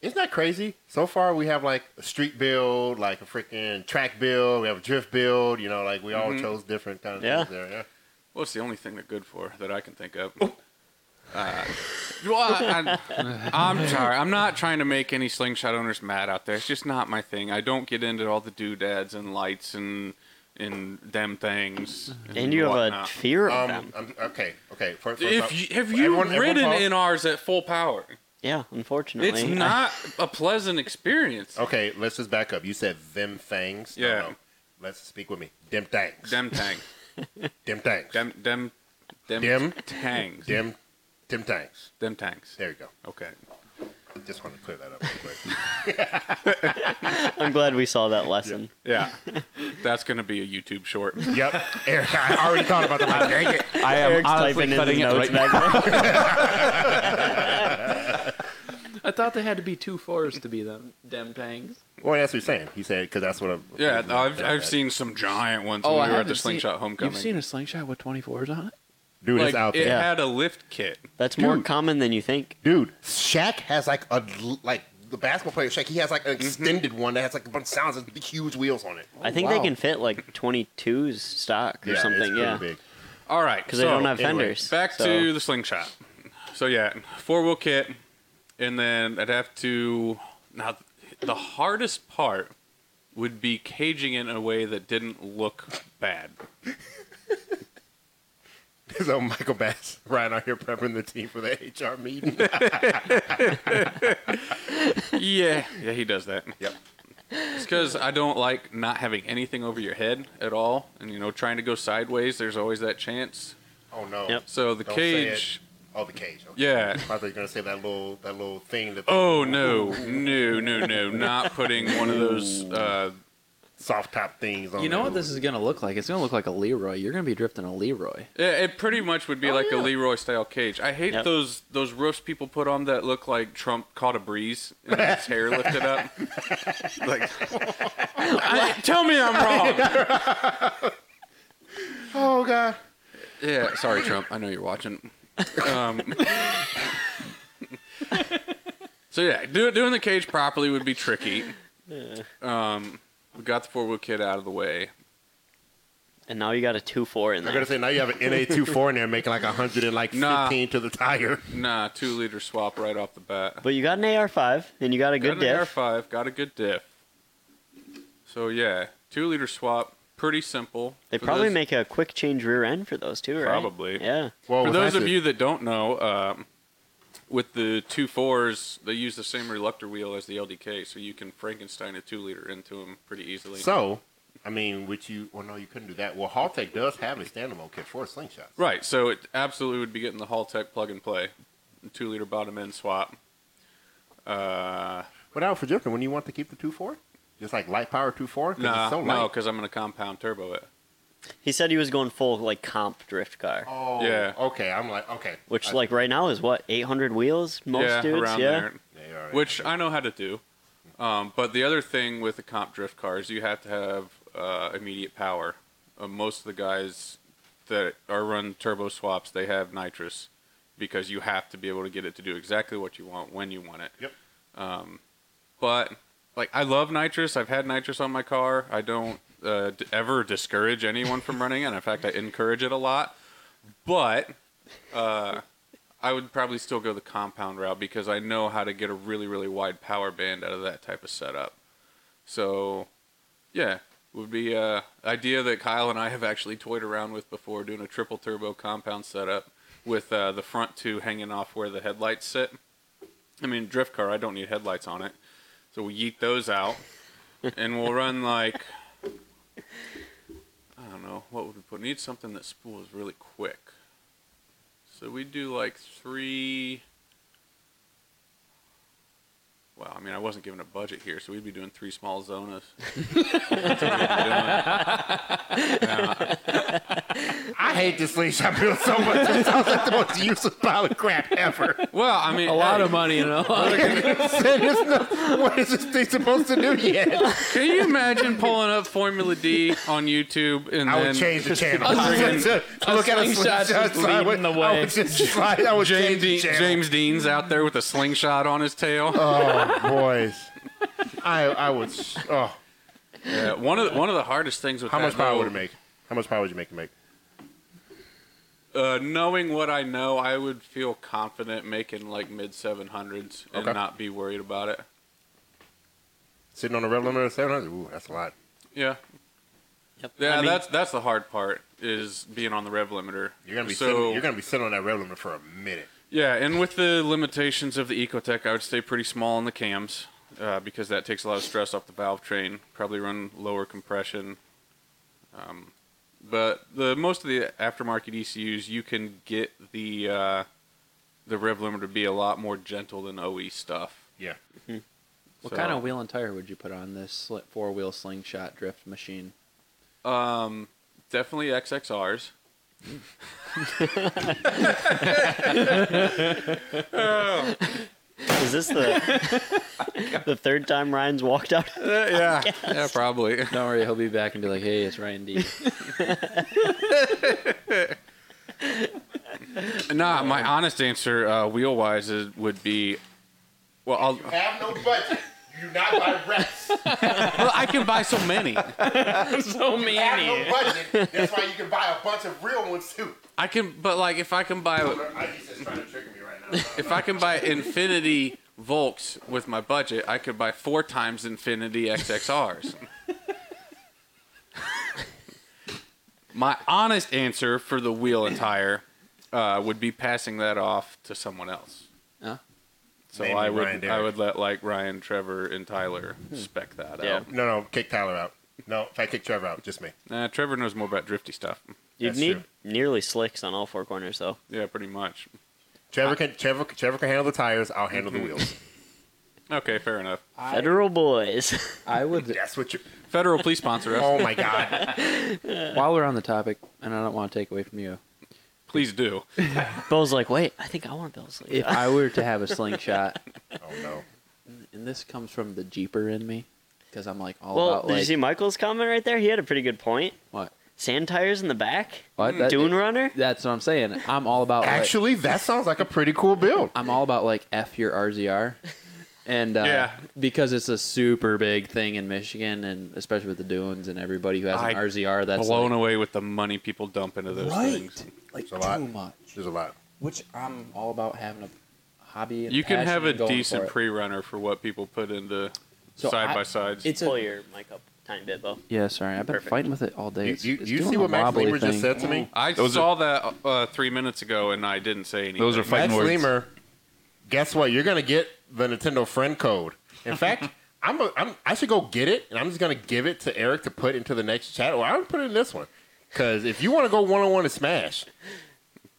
Speaker 4: Isn't that crazy? So far, we have like a street build, like a freaking track build, we have a drift build. You know, like we
Speaker 5: Mm-hmm.
Speaker 4: all chose different kinds
Speaker 2: Yeah.
Speaker 4: of things there. Yeah.
Speaker 5: Well, it's the only thing they're good for that I can think of.
Speaker 4: Oh.
Speaker 5: Uh, well, I, am sorry. I'm not trying to make any slingshot owners mad out there. It's just not my thing. I don't get into all the doodads and lights and and them things.
Speaker 2: and you have a
Speaker 5: whatnot.
Speaker 2: fear of
Speaker 4: Um,
Speaker 2: them.
Speaker 4: I'm- okay. Okay. For, for,
Speaker 5: If
Speaker 4: for-
Speaker 5: you, have you
Speaker 4: everyone- everyone
Speaker 5: ridden
Speaker 4: pause?
Speaker 5: in ours at full power?
Speaker 2: Yeah, unfortunately.
Speaker 5: It's not a pleasant experience.
Speaker 4: Okay, let's just back up. You said them things. No,
Speaker 5: Yeah.
Speaker 4: no. Let's speak with me. Them things.
Speaker 5: Dem tang.
Speaker 4: Them things.
Speaker 5: Dem dem dem,
Speaker 4: Dem?
Speaker 5: tangs.
Speaker 4: Them. Them things.
Speaker 5: Dem tangs.
Speaker 4: There you go.
Speaker 5: Okay.
Speaker 4: Just wanted to clear that up real quick.
Speaker 2: I'm glad we saw that lesson.
Speaker 5: Yeah. That's gonna be a YouTube short.
Speaker 4: yep. Eric, I already thought about that. Like, dang it.
Speaker 3: I am
Speaker 2: Eric's
Speaker 3: honestly
Speaker 2: typing in his
Speaker 3: cutting it
Speaker 2: notes
Speaker 3: right now.
Speaker 2: back there.
Speaker 1: I thought they had to be two fours to be them dem tangs.
Speaker 4: Well, that's what he's saying. He said because that's what I'm.
Speaker 5: Yeah, I've, I've seen some giant ones
Speaker 1: Oh,
Speaker 5: when
Speaker 1: I
Speaker 5: we were at
Speaker 1: haven't
Speaker 5: the slingshot
Speaker 1: seen,
Speaker 5: homecoming.
Speaker 1: You've seen a slingshot with twenty fours on it.
Speaker 4: Dude,
Speaker 5: like,
Speaker 4: it's out
Speaker 5: it
Speaker 4: there.
Speaker 5: had a lift kit.
Speaker 2: That's more
Speaker 4: Dude.
Speaker 2: common than you think.
Speaker 4: Dude, Shaq has like a like the basketball player Shaq. He has like an
Speaker 5: Mm-hmm.
Speaker 4: extended one that has like a bunch of sounds and big, huge wheels on it.
Speaker 2: I think
Speaker 1: wow.
Speaker 2: they can fit like 22s stock or something. Yeah,
Speaker 4: Big.
Speaker 5: All right,
Speaker 2: because they don't
Speaker 5: so,
Speaker 2: have
Speaker 4: anyway,
Speaker 2: fenders.
Speaker 5: Back
Speaker 2: so-
Speaker 5: to the slingshot. So yeah, four wheel kit, and then I'd have to. Now, the hardest part would be caging it in a way that didn't look bad.
Speaker 4: So Michael Bass right out here prepping the team for the HR meeting.
Speaker 5: yeah, yeah, he does that.
Speaker 4: yep.
Speaker 5: It's because I don't like not having anything over your head at all, and you know, trying to go sideways. There's always that chance.
Speaker 4: Oh no.
Speaker 2: Yep.
Speaker 5: So the
Speaker 4: Don't say it.
Speaker 5: cage.
Speaker 4: Oh, the cage. Okay.
Speaker 5: Yeah.
Speaker 4: I thought you were gonna say that little that little thing that.
Speaker 5: Oh no, no, no, no! Not putting one of those. Uh,
Speaker 4: Soft top things on.
Speaker 1: You know
Speaker 4: there.
Speaker 1: what this is gonna look like? It's gonna look like a Leroy. You're gonna be drifting a Leroy.
Speaker 5: it, it pretty much would be like a Leroy style cage. I hate
Speaker 2: Yep.
Speaker 5: those those roofs people put on that look like Trump caught a breeze and his hair lifted up. Like, I- tell me I'm wrong.
Speaker 4: Oh god.
Speaker 5: Yeah, sorry, Trump. I know you're watching. Um, so yeah, do, doing the cage properly would be tricky. Um, we got the four wheel kid out of the way.
Speaker 2: And now you got a two four in
Speaker 4: I'm gonna
Speaker 2: there.
Speaker 4: say now you have an NA24 in there making like a hundred and like fifteen
Speaker 5: Nah.
Speaker 4: to the tire.
Speaker 5: Nah, two liter swap right off the bat.
Speaker 2: But you got an AR five and you got a good
Speaker 5: got an
Speaker 2: diff.
Speaker 5: Air Five, got a good diff. So yeah, two liter swap, pretty simple.
Speaker 2: They
Speaker 5: For
Speaker 2: probably
Speaker 5: those,
Speaker 2: make a quick change rear end for those too, right?
Speaker 5: Probably.
Speaker 2: Yeah.
Speaker 4: Well,
Speaker 5: for
Speaker 4: with
Speaker 5: those of
Speaker 4: that-
Speaker 5: you that don't know, um, with the two fours, they use the same reluctor wheel as the LDK, so you can Frankenstein a two liter into them pretty easily.
Speaker 4: So, I mean, which you? Well, no, you couldn't do that. Well, Haltech does have a standalone kit for slingshots.
Speaker 5: right, so it absolutely would be getting the Hall Tech plug and play, two liter bottom end swap. Uh,
Speaker 4: But now for Jupiter, when you want to keep the two four, just like light power two four, because
Speaker 5: nah,
Speaker 4: it's so light.
Speaker 5: no, because I'm gonna compound turbo it.
Speaker 2: He said he was going full like comp drift car,
Speaker 4: Oh,
Speaker 5: Yeah.
Speaker 4: Okay, I'm like, okay.
Speaker 2: which
Speaker 4: I-
Speaker 2: like right now is what 800 wheels most
Speaker 5: Oh. yeah,
Speaker 2: dudes.
Speaker 5: around
Speaker 2: yeah.
Speaker 5: there.
Speaker 4: Yeah, you're all right.
Speaker 5: which I know how to do. Um, but the other thing with the comp drift cars, you have to have uh, immediate power. Uh, most of the guys that are run turbo swaps, they have nitrous because you have to be able to get it to do exactly what you want when you want it.
Speaker 4: Yep.
Speaker 5: Um, but like I love nitrous. I've had nitrous on my car. I don't uh, d- ever discourage anyone from running it. In fact, I encourage it a lot. But uh, I would probably still go the compound route because I know how to get a really, really wide power band out of that type of setup. So, yeah, would be uh, a idea that Kyle and I have actually toyed around with before, doing a triple turbo compound setup with uh, the front two hanging off where the headlights sit. I mean, drift car, I don't need headlights on it, so we yeet those out, and we'll run like I don't know what would we put. Need something that spools really quick. So we do like three. Well, I mean, I wasn't given a budget here, so we'd be doing three small zonas. That's what we'd be doing.
Speaker 4: I hate this slingshot build so much. It sounds like the most useless pile of crap ever.
Speaker 5: Well, I mean,
Speaker 1: A lot
Speaker 5: hey,
Speaker 1: of money and a lot of
Speaker 4: It's not- what is this thing supposed to do yet?
Speaker 5: Can you imagine pulling up Formula D on YouTube and
Speaker 4: I
Speaker 5: then
Speaker 4: would change the channel. I would just- to look at a
Speaker 1: slingshot's
Speaker 4: slingshot
Speaker 1: just
Speaker 4: sideways.
Speaker 1: leading the
Speaker 4: I
Speaker 1: way.
Speaker 4: would just slide. I would
Speaker 5: James,
Speaker 4: change the
Speaker 5: Dean,
Speaker 4: channel.
Speaker 5: James Dean's out there with a slingshot on his tail?
Speaker 4: Oh, boys. I I would. s- Oh,
Speaker 5: Yeah, one of the, one of the hardest things with
Speaker 4: how
Speaker 5: that,
Speaker 4: much power
Speaker 5: though,
Speaker 4: would it make? How much power would you make it make?
Speaker 5: Uh, knowing what I know, I would feel confident making like mid 700s and
Speaker 4: Okay.
Speaker 5: not be worried about it.
Speaker 4: Sitting on a red limiter at 700? Ooh, that's a lot.
Speaker 5: Yeah,
Speaker 2: Yep.
Speaker 5: Yeah,
Speaker 2: I mean,
Speaker 5: that's that's the hard part is being on the rev limiter.
Speaker 4: You're gonna be
Speaker 5: so
Speaker 4: sitting, you're gonna be sitting on that red limiter for a minute.
Speaker 5: yeah, and with the limitations of the Ecotec, I would stay pretty small on the cams uh, because that takes a lot of stress off the valve train. Probably run lower compression. Um, but the most of the aftermarket ECUs, you can get the uh, the rev limiter to be a lot more gentle than OE stuff.
Speaker 4: Yeah.
Speaker 1: What
Speaker 5: So-
Speaker 1: kind of wheel and tire would you put on this sli four wheel slingshot drift machine?
Speaker 5: Um, definitely XXRs.
Speaker 2: is this the the third time Ryan's walked out?
Speaker 5: yeah, yeah, probably.
Speaker 1: Don't worry, he'll be back and be like, "Hey, it's Ryan D."
Speaker 5: Nah, my honest answer, uh, wheel wise, would be. Well, I'll,
Speaker 4: Have no budget. You do not buy reps.
Speaker 5: well, I can buy so many.
Speaker 6: so many.
Speaker 4: budget. That's why you can buy a bunch of real ones too.
Speaker 5: I can, but like if I can buy
Speaker 4: Ivy's just trying to trigger me right now.
Speaker 5: if I can buy infinity Volks with my budget, I could buy four times infinity XXRs. my honest answer for the wheel and tire uh, would be passing that off to someone else.
Speaker 1: Huh?
Speaker 5: So
Speaker 4: Namely
Speaker 5: I
Speaker 4: Ryan
Speaker 5: would
Speaker 4: Derrick. Hmm.
Speaker 5: I would let like Ryan, Trevor, and Tyler spec that
Speaker 2: Yeah.
Speaker 5: out.
Speaker 4: No, no, kick Tyler out. No, if I kick Trevor out, just me.
Speaker 5: Nah, Trevor knows more about drifty stuff.
Speaker 2: You'd
Speaker 4: That's
Speaker 2: need
Speaker 4: true.
Speaker 2: nearly slicks on all four corners, though.
Speaker 5: Yeah, pretty much.
Speaker 4: Trevor can Trevor Trevor can handle the tires. I'll handle
Speaker 1: Mm-hmm.
Speaker 4: the wheels.
Speaker 5: Okay, fair enough.
Speaker 2: Federal boys.
Speaker 1: I would.
Speaker 4: That's what you.
Speaker 5: Federal, please sponsor us.
Speaker 4: Oh my god.
Speaker 1: While we're on the topic, and I don't want to take away from you,
Speaker 5: Please do.
Speaker 2: Bo's like, wait, I think I want Bill's. Like,
Speaker 1: if I were to have a slingshot,
Speaker 4: Oh no.
Speaker 1: and this comes from the jeeper in me, because I'm like all
Speaker 2: well,
Speaker 1: about
Speaker 2: did
Speaker 1: like
Speaker 2: you see Michael's comment right there? He had a pretty good point.
Speaker 1: what?
Speaker 2: Sand tires in the back.
Speaker 1: What? That-
Speaker 2: Dune runner.
Speaker 1: That's what I'm saying. I'm all about like-
Speaker 4: Actually, that sounds like a pretty cool build.
Speaker 1: I'm all about like f your RZR, and uh,
Speaker 5: Yeah.
Speaker 1: because it's a super big thing in Michigan, and especially with the Dunes and everybody who has
Speaker 5: I-
Speaker 1: an RZR, that's
Speaker 5: Blown
Speaker 1: like,
Speaker 5: away with the money people dump into those things.
Speaker 1: right, like
Speaker 4: It's a lot.
Speaker 1: too much.
Speaker 4: There's a lot.
Speaker 1: Which I'm all about having a hobby. And
Speaker 5: You can
Speaker 1: passion
Speaker 5: have a
Speaker 1: and going for
Speaker 5: decent
Speaker 1: it.
Speaker 5: pre-runner for what people put into
Speaker 1: So
Speaker 5: side
Speaker 1: I-
Speaker 5: by sides.
Speaker 1: It's
Speaker 2: Pull
Speaker 1: a,
Speaker 2: your mic up a tiny bit, Bo.
Speaker 1: yeah. Sorry, I've been
Speaker 2: Perfect.
Speaker 1: fighting with it all day.
Speaker 4: You,
Speaker 1: It's-
Speaker 4: you,
Speaker 1: it's
Speaker 4: you
Speaker 1: doing
Speaker 4: see
Speaker 1: a
Speaker 4: what Max
Speaker 1: wobbly
Speaker 4: Lemer
Speaker 1: thing.
Speaker 4: just said to me?
Speaker 5: I
Speaker 3: Those are-
Speaker 5: saw that uh, three minutes ago and I didn't say anything.
Speaker 3: Those are
Speaker 4: Max
Speaker 3: fighting words.
Speaker 4: Lemer, guess what? You're gonna get the Nintendo friend code. In fact, I'm, a, I'm I should go get it, and I'm just gonna give it to Eric to put into the next chat, or I'm put it in this one. Because if you want to go one on one to Smash,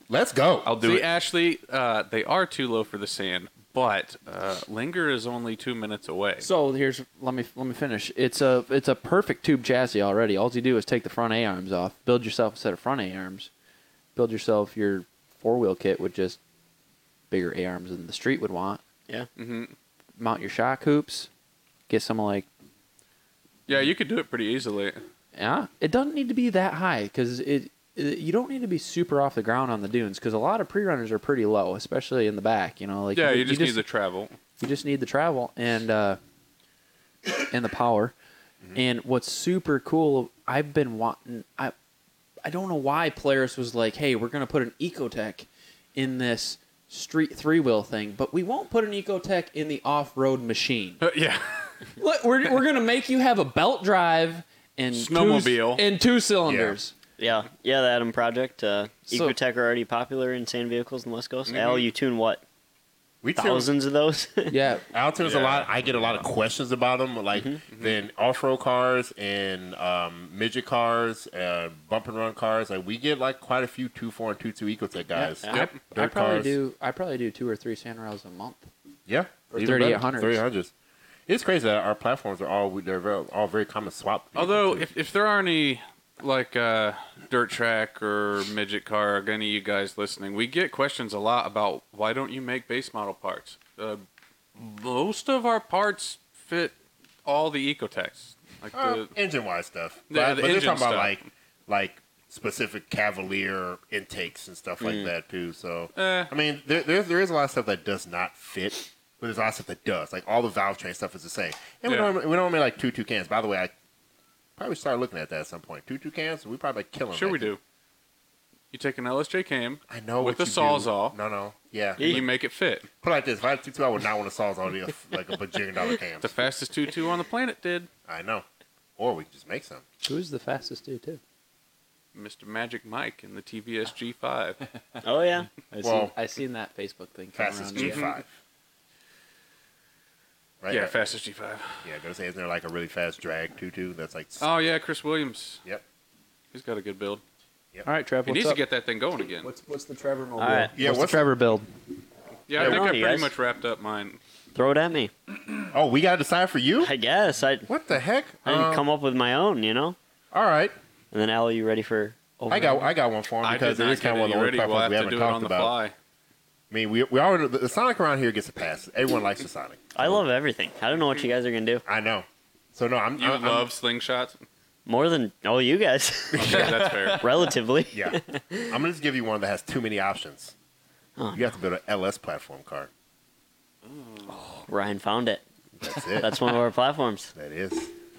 Speaker 4: let's go.
Speaker 3: I'll do
Speaker 5: See,
Speaker 3: it.
Speaker 5: Ashley, uh, they are too low for the sand, but uh, Linger is only two minutes away.
Speaker 1: So here's let me let me finish. It's a it's a perfect tube chassis already. All you do is take the front A arms off, build yourself a set of front A arms, build yourself your four wheel kit with just bigger A arms than the street would want.
Speaker 2: Yeah.
Speaker 1: Mount your shock hoops, get some like
Speaker 5: yeah, you could do it pretty easily.
Speaker 1: yeah. It doesn't need to be that high because it, it you don't need to be super off the ground on the dunes because a lot of pre runners are pretty low, especially in the back. You know, like
Speaker 5: yeah, you, just need the travel.
Speaker 1: You just need the travel and uh, and the power.
Speaker 4: Mm-hmm.
Speaker 1: And what's super cool, I've been wanting. I I don't know why Polaris was like, "Hey, we're gonna put an Ecotech in this street three wheel thing, but we won't put an Ecotech in the off road machine.
Speaker 5: Uh, yeah,
Speaker 1: Look, we're we're gonna make you have a belt drive and two-
Speaker 5: Snowmobile.
Speaker 1: and two cylinders."
Speaker 2: Yeah, yeah, the Adam Project. Uh,
Speaker 1: So-
Speaker 2: Ecotech are already popular in sand vehicles in the West Coast. Al, you tune what
Speaker 4: we tune-
Speaker 2: thousands of those?
Speaker 1: Yeah,
Speaker 4: Al tunes a
Speaker 5: Yeah. Mm-hmm.
Speaker 4: lot. I get a lot of questions about them, like then off-road cars and um, midget cars, uh, bump and run cars. Like we get like quite a few two four and two two Ecotech guys.
Speaker 1: I-
Speaker 5: Yep.
Speaker 1: I,
Speaker 4: Dirt
Speaker 1: probably
Speaker 4: cars.
Speaker 1: do. I probably do two or three sandrails a month.
Speaker 4: Yeah,
Speaker 1: Or 3800s.
Speaker 4: Thirty eight hundreds. It's crazy that our platforms are all they're very, all very common swap. vehicles,
Speaker 5: Although,
Speaker 4: too.
Speaker 5: if, if there are any like uh, dirt track or midget car, or any of you guys listening, we get questions a lot about why don't you make base model parts? Uh, most of our parts fit all the Ecotechs. Like
Speaker 4: uh,
Speaker 5: the,
Speaker 4: engine wise stuff,
Speaker 5: the-
Speaker 4: but,
Speaker 5: the
Speaker 4: but they're
Speaker 5: engine
Speaker 4: talking about
Speaker 5: stuff.
Speaker 4: like like specific Cavalier intakes and stuff like that too. So
Speaker 5: Mm. Eh.
Speaker 4: I mean, there, there there is a lot of stuff that does not fit, but there's a lot of stuff that does. Like all the valve train stuff is the same, and we
Speaker 5: Yeah.
Speaker 4: don't we don't make like two two cans. By the way, I probably start looking at that at some point. Two two cans, we probably kill them.
Speaker 5: sure, we do. You take an LSJ cam,
Speaker 4: I know
Speaker 5: With
Speaker 4: what
Speaker 5: the
Speaker 4: you do.
Speaker 5: Sawzall.
Speaker 4: No, no, yeah.
Speaker 5: you make it fit.
Speaker 4: Put it like this: if I had two two, I would not want to sawzall the like a bajillion dollar cans.
Speaker 5: The fastest 2 2 on the planet did.
Speaker 4: I know. Or we can just make some.
Speaker 1: Who's the fastest dude too?
Speaker 5: Mr. Magic Mike in the TVS G5.
Speaker 2: oh yeah,
Speaker 1: I
Speaker 4: Well-
Speaker 1: seen, I seen that Facebook thing. come
Speaker 4: Fastest
Speaker 1: around, yeah.
Speaker 4: G five. Right?
Speaker 5: Mm-hmm. yeah,
Speaker 4: Right.
Speaker 5: fastest G5.
Speaker 4: Yeah, they're saying isn't there like a really fast drag tutu that's like s-
Speaker 5: Oh, yeah, Chris Williams.
Speaker 4: Yep.
Speaker 5: He's got a good build.
Speaker 1: All right, Trevor.
Speaker 5: He needs to get that thing going again.
Speaker 1: what's the Trevor mobile?
Speaker 2: All right.
Speaker 4: Yeah,
Speaker 1: what's,
Speaker 4: what's-
Speaker 1: the Trevor build?
Speaker 5: Yeah,
Speaker 2: Yeah,
Speaker 5: I think I
Speaker 2: Ronnie,
Speaker 5: pretty
Speaker 2: guys.
Speaker 5: much wrapped up mine.
Speaker 2: throw it at me.
Speaker 4: Oh, we gotta decide for you?
Speaker 2: I guess I
Speaker 4: What the heck?
Speaker 2: I didn't
Speaker 4: Um,
Speaker 2: come up with my own, you know.
Speaker 4: all right.
Speaker 2: And then Al, you ready for? Over
Speaker 4: I got I got one for him
Speaker 5: I
Speaker 4: because
Speaker 5: did
Speaker 4: it
Speaker 5: not
Speaker 4: is
Speaker 5: get
Speaker 4: kind of one of the
Speaker 5: any
Speaker 4: only
Speaker 5: ready. We'll
Speaker 4: platforms
Speaker 5: have
Speaker 4: we
Speaker 5: to
Speaker 4: haven't
Speaker 5: do it on
Speaker 4: talked
Speaker 5: the
Speaker 4: about.
Speaker 5: fly.
Speaker 4: I mean, we we already the Sonic around here gets a pass. Everyone likes the Sonic.
Speaker 2: I love everything. I don't know what you guys are gonna do
Speaker 4: I know. So no, I'm
Speaker 5: You
Speaker 4: I'm,
Speaker 5: love slingshots?
Speaker 2: more than all you guys,
Speaker 5: Okay, that's fair.
Speaker 2: relatively.
Speaker 4: I'm, yeah. I'm gonna just give you one that has too many options.
Speaker 2: Oh,
Speaker 4: You have to build an LS platform car.
Speaker 2: Ryan found it.
Speaker 4: That's it.
Speaker 2: That's one of our platforms.
Speaker 4: that is.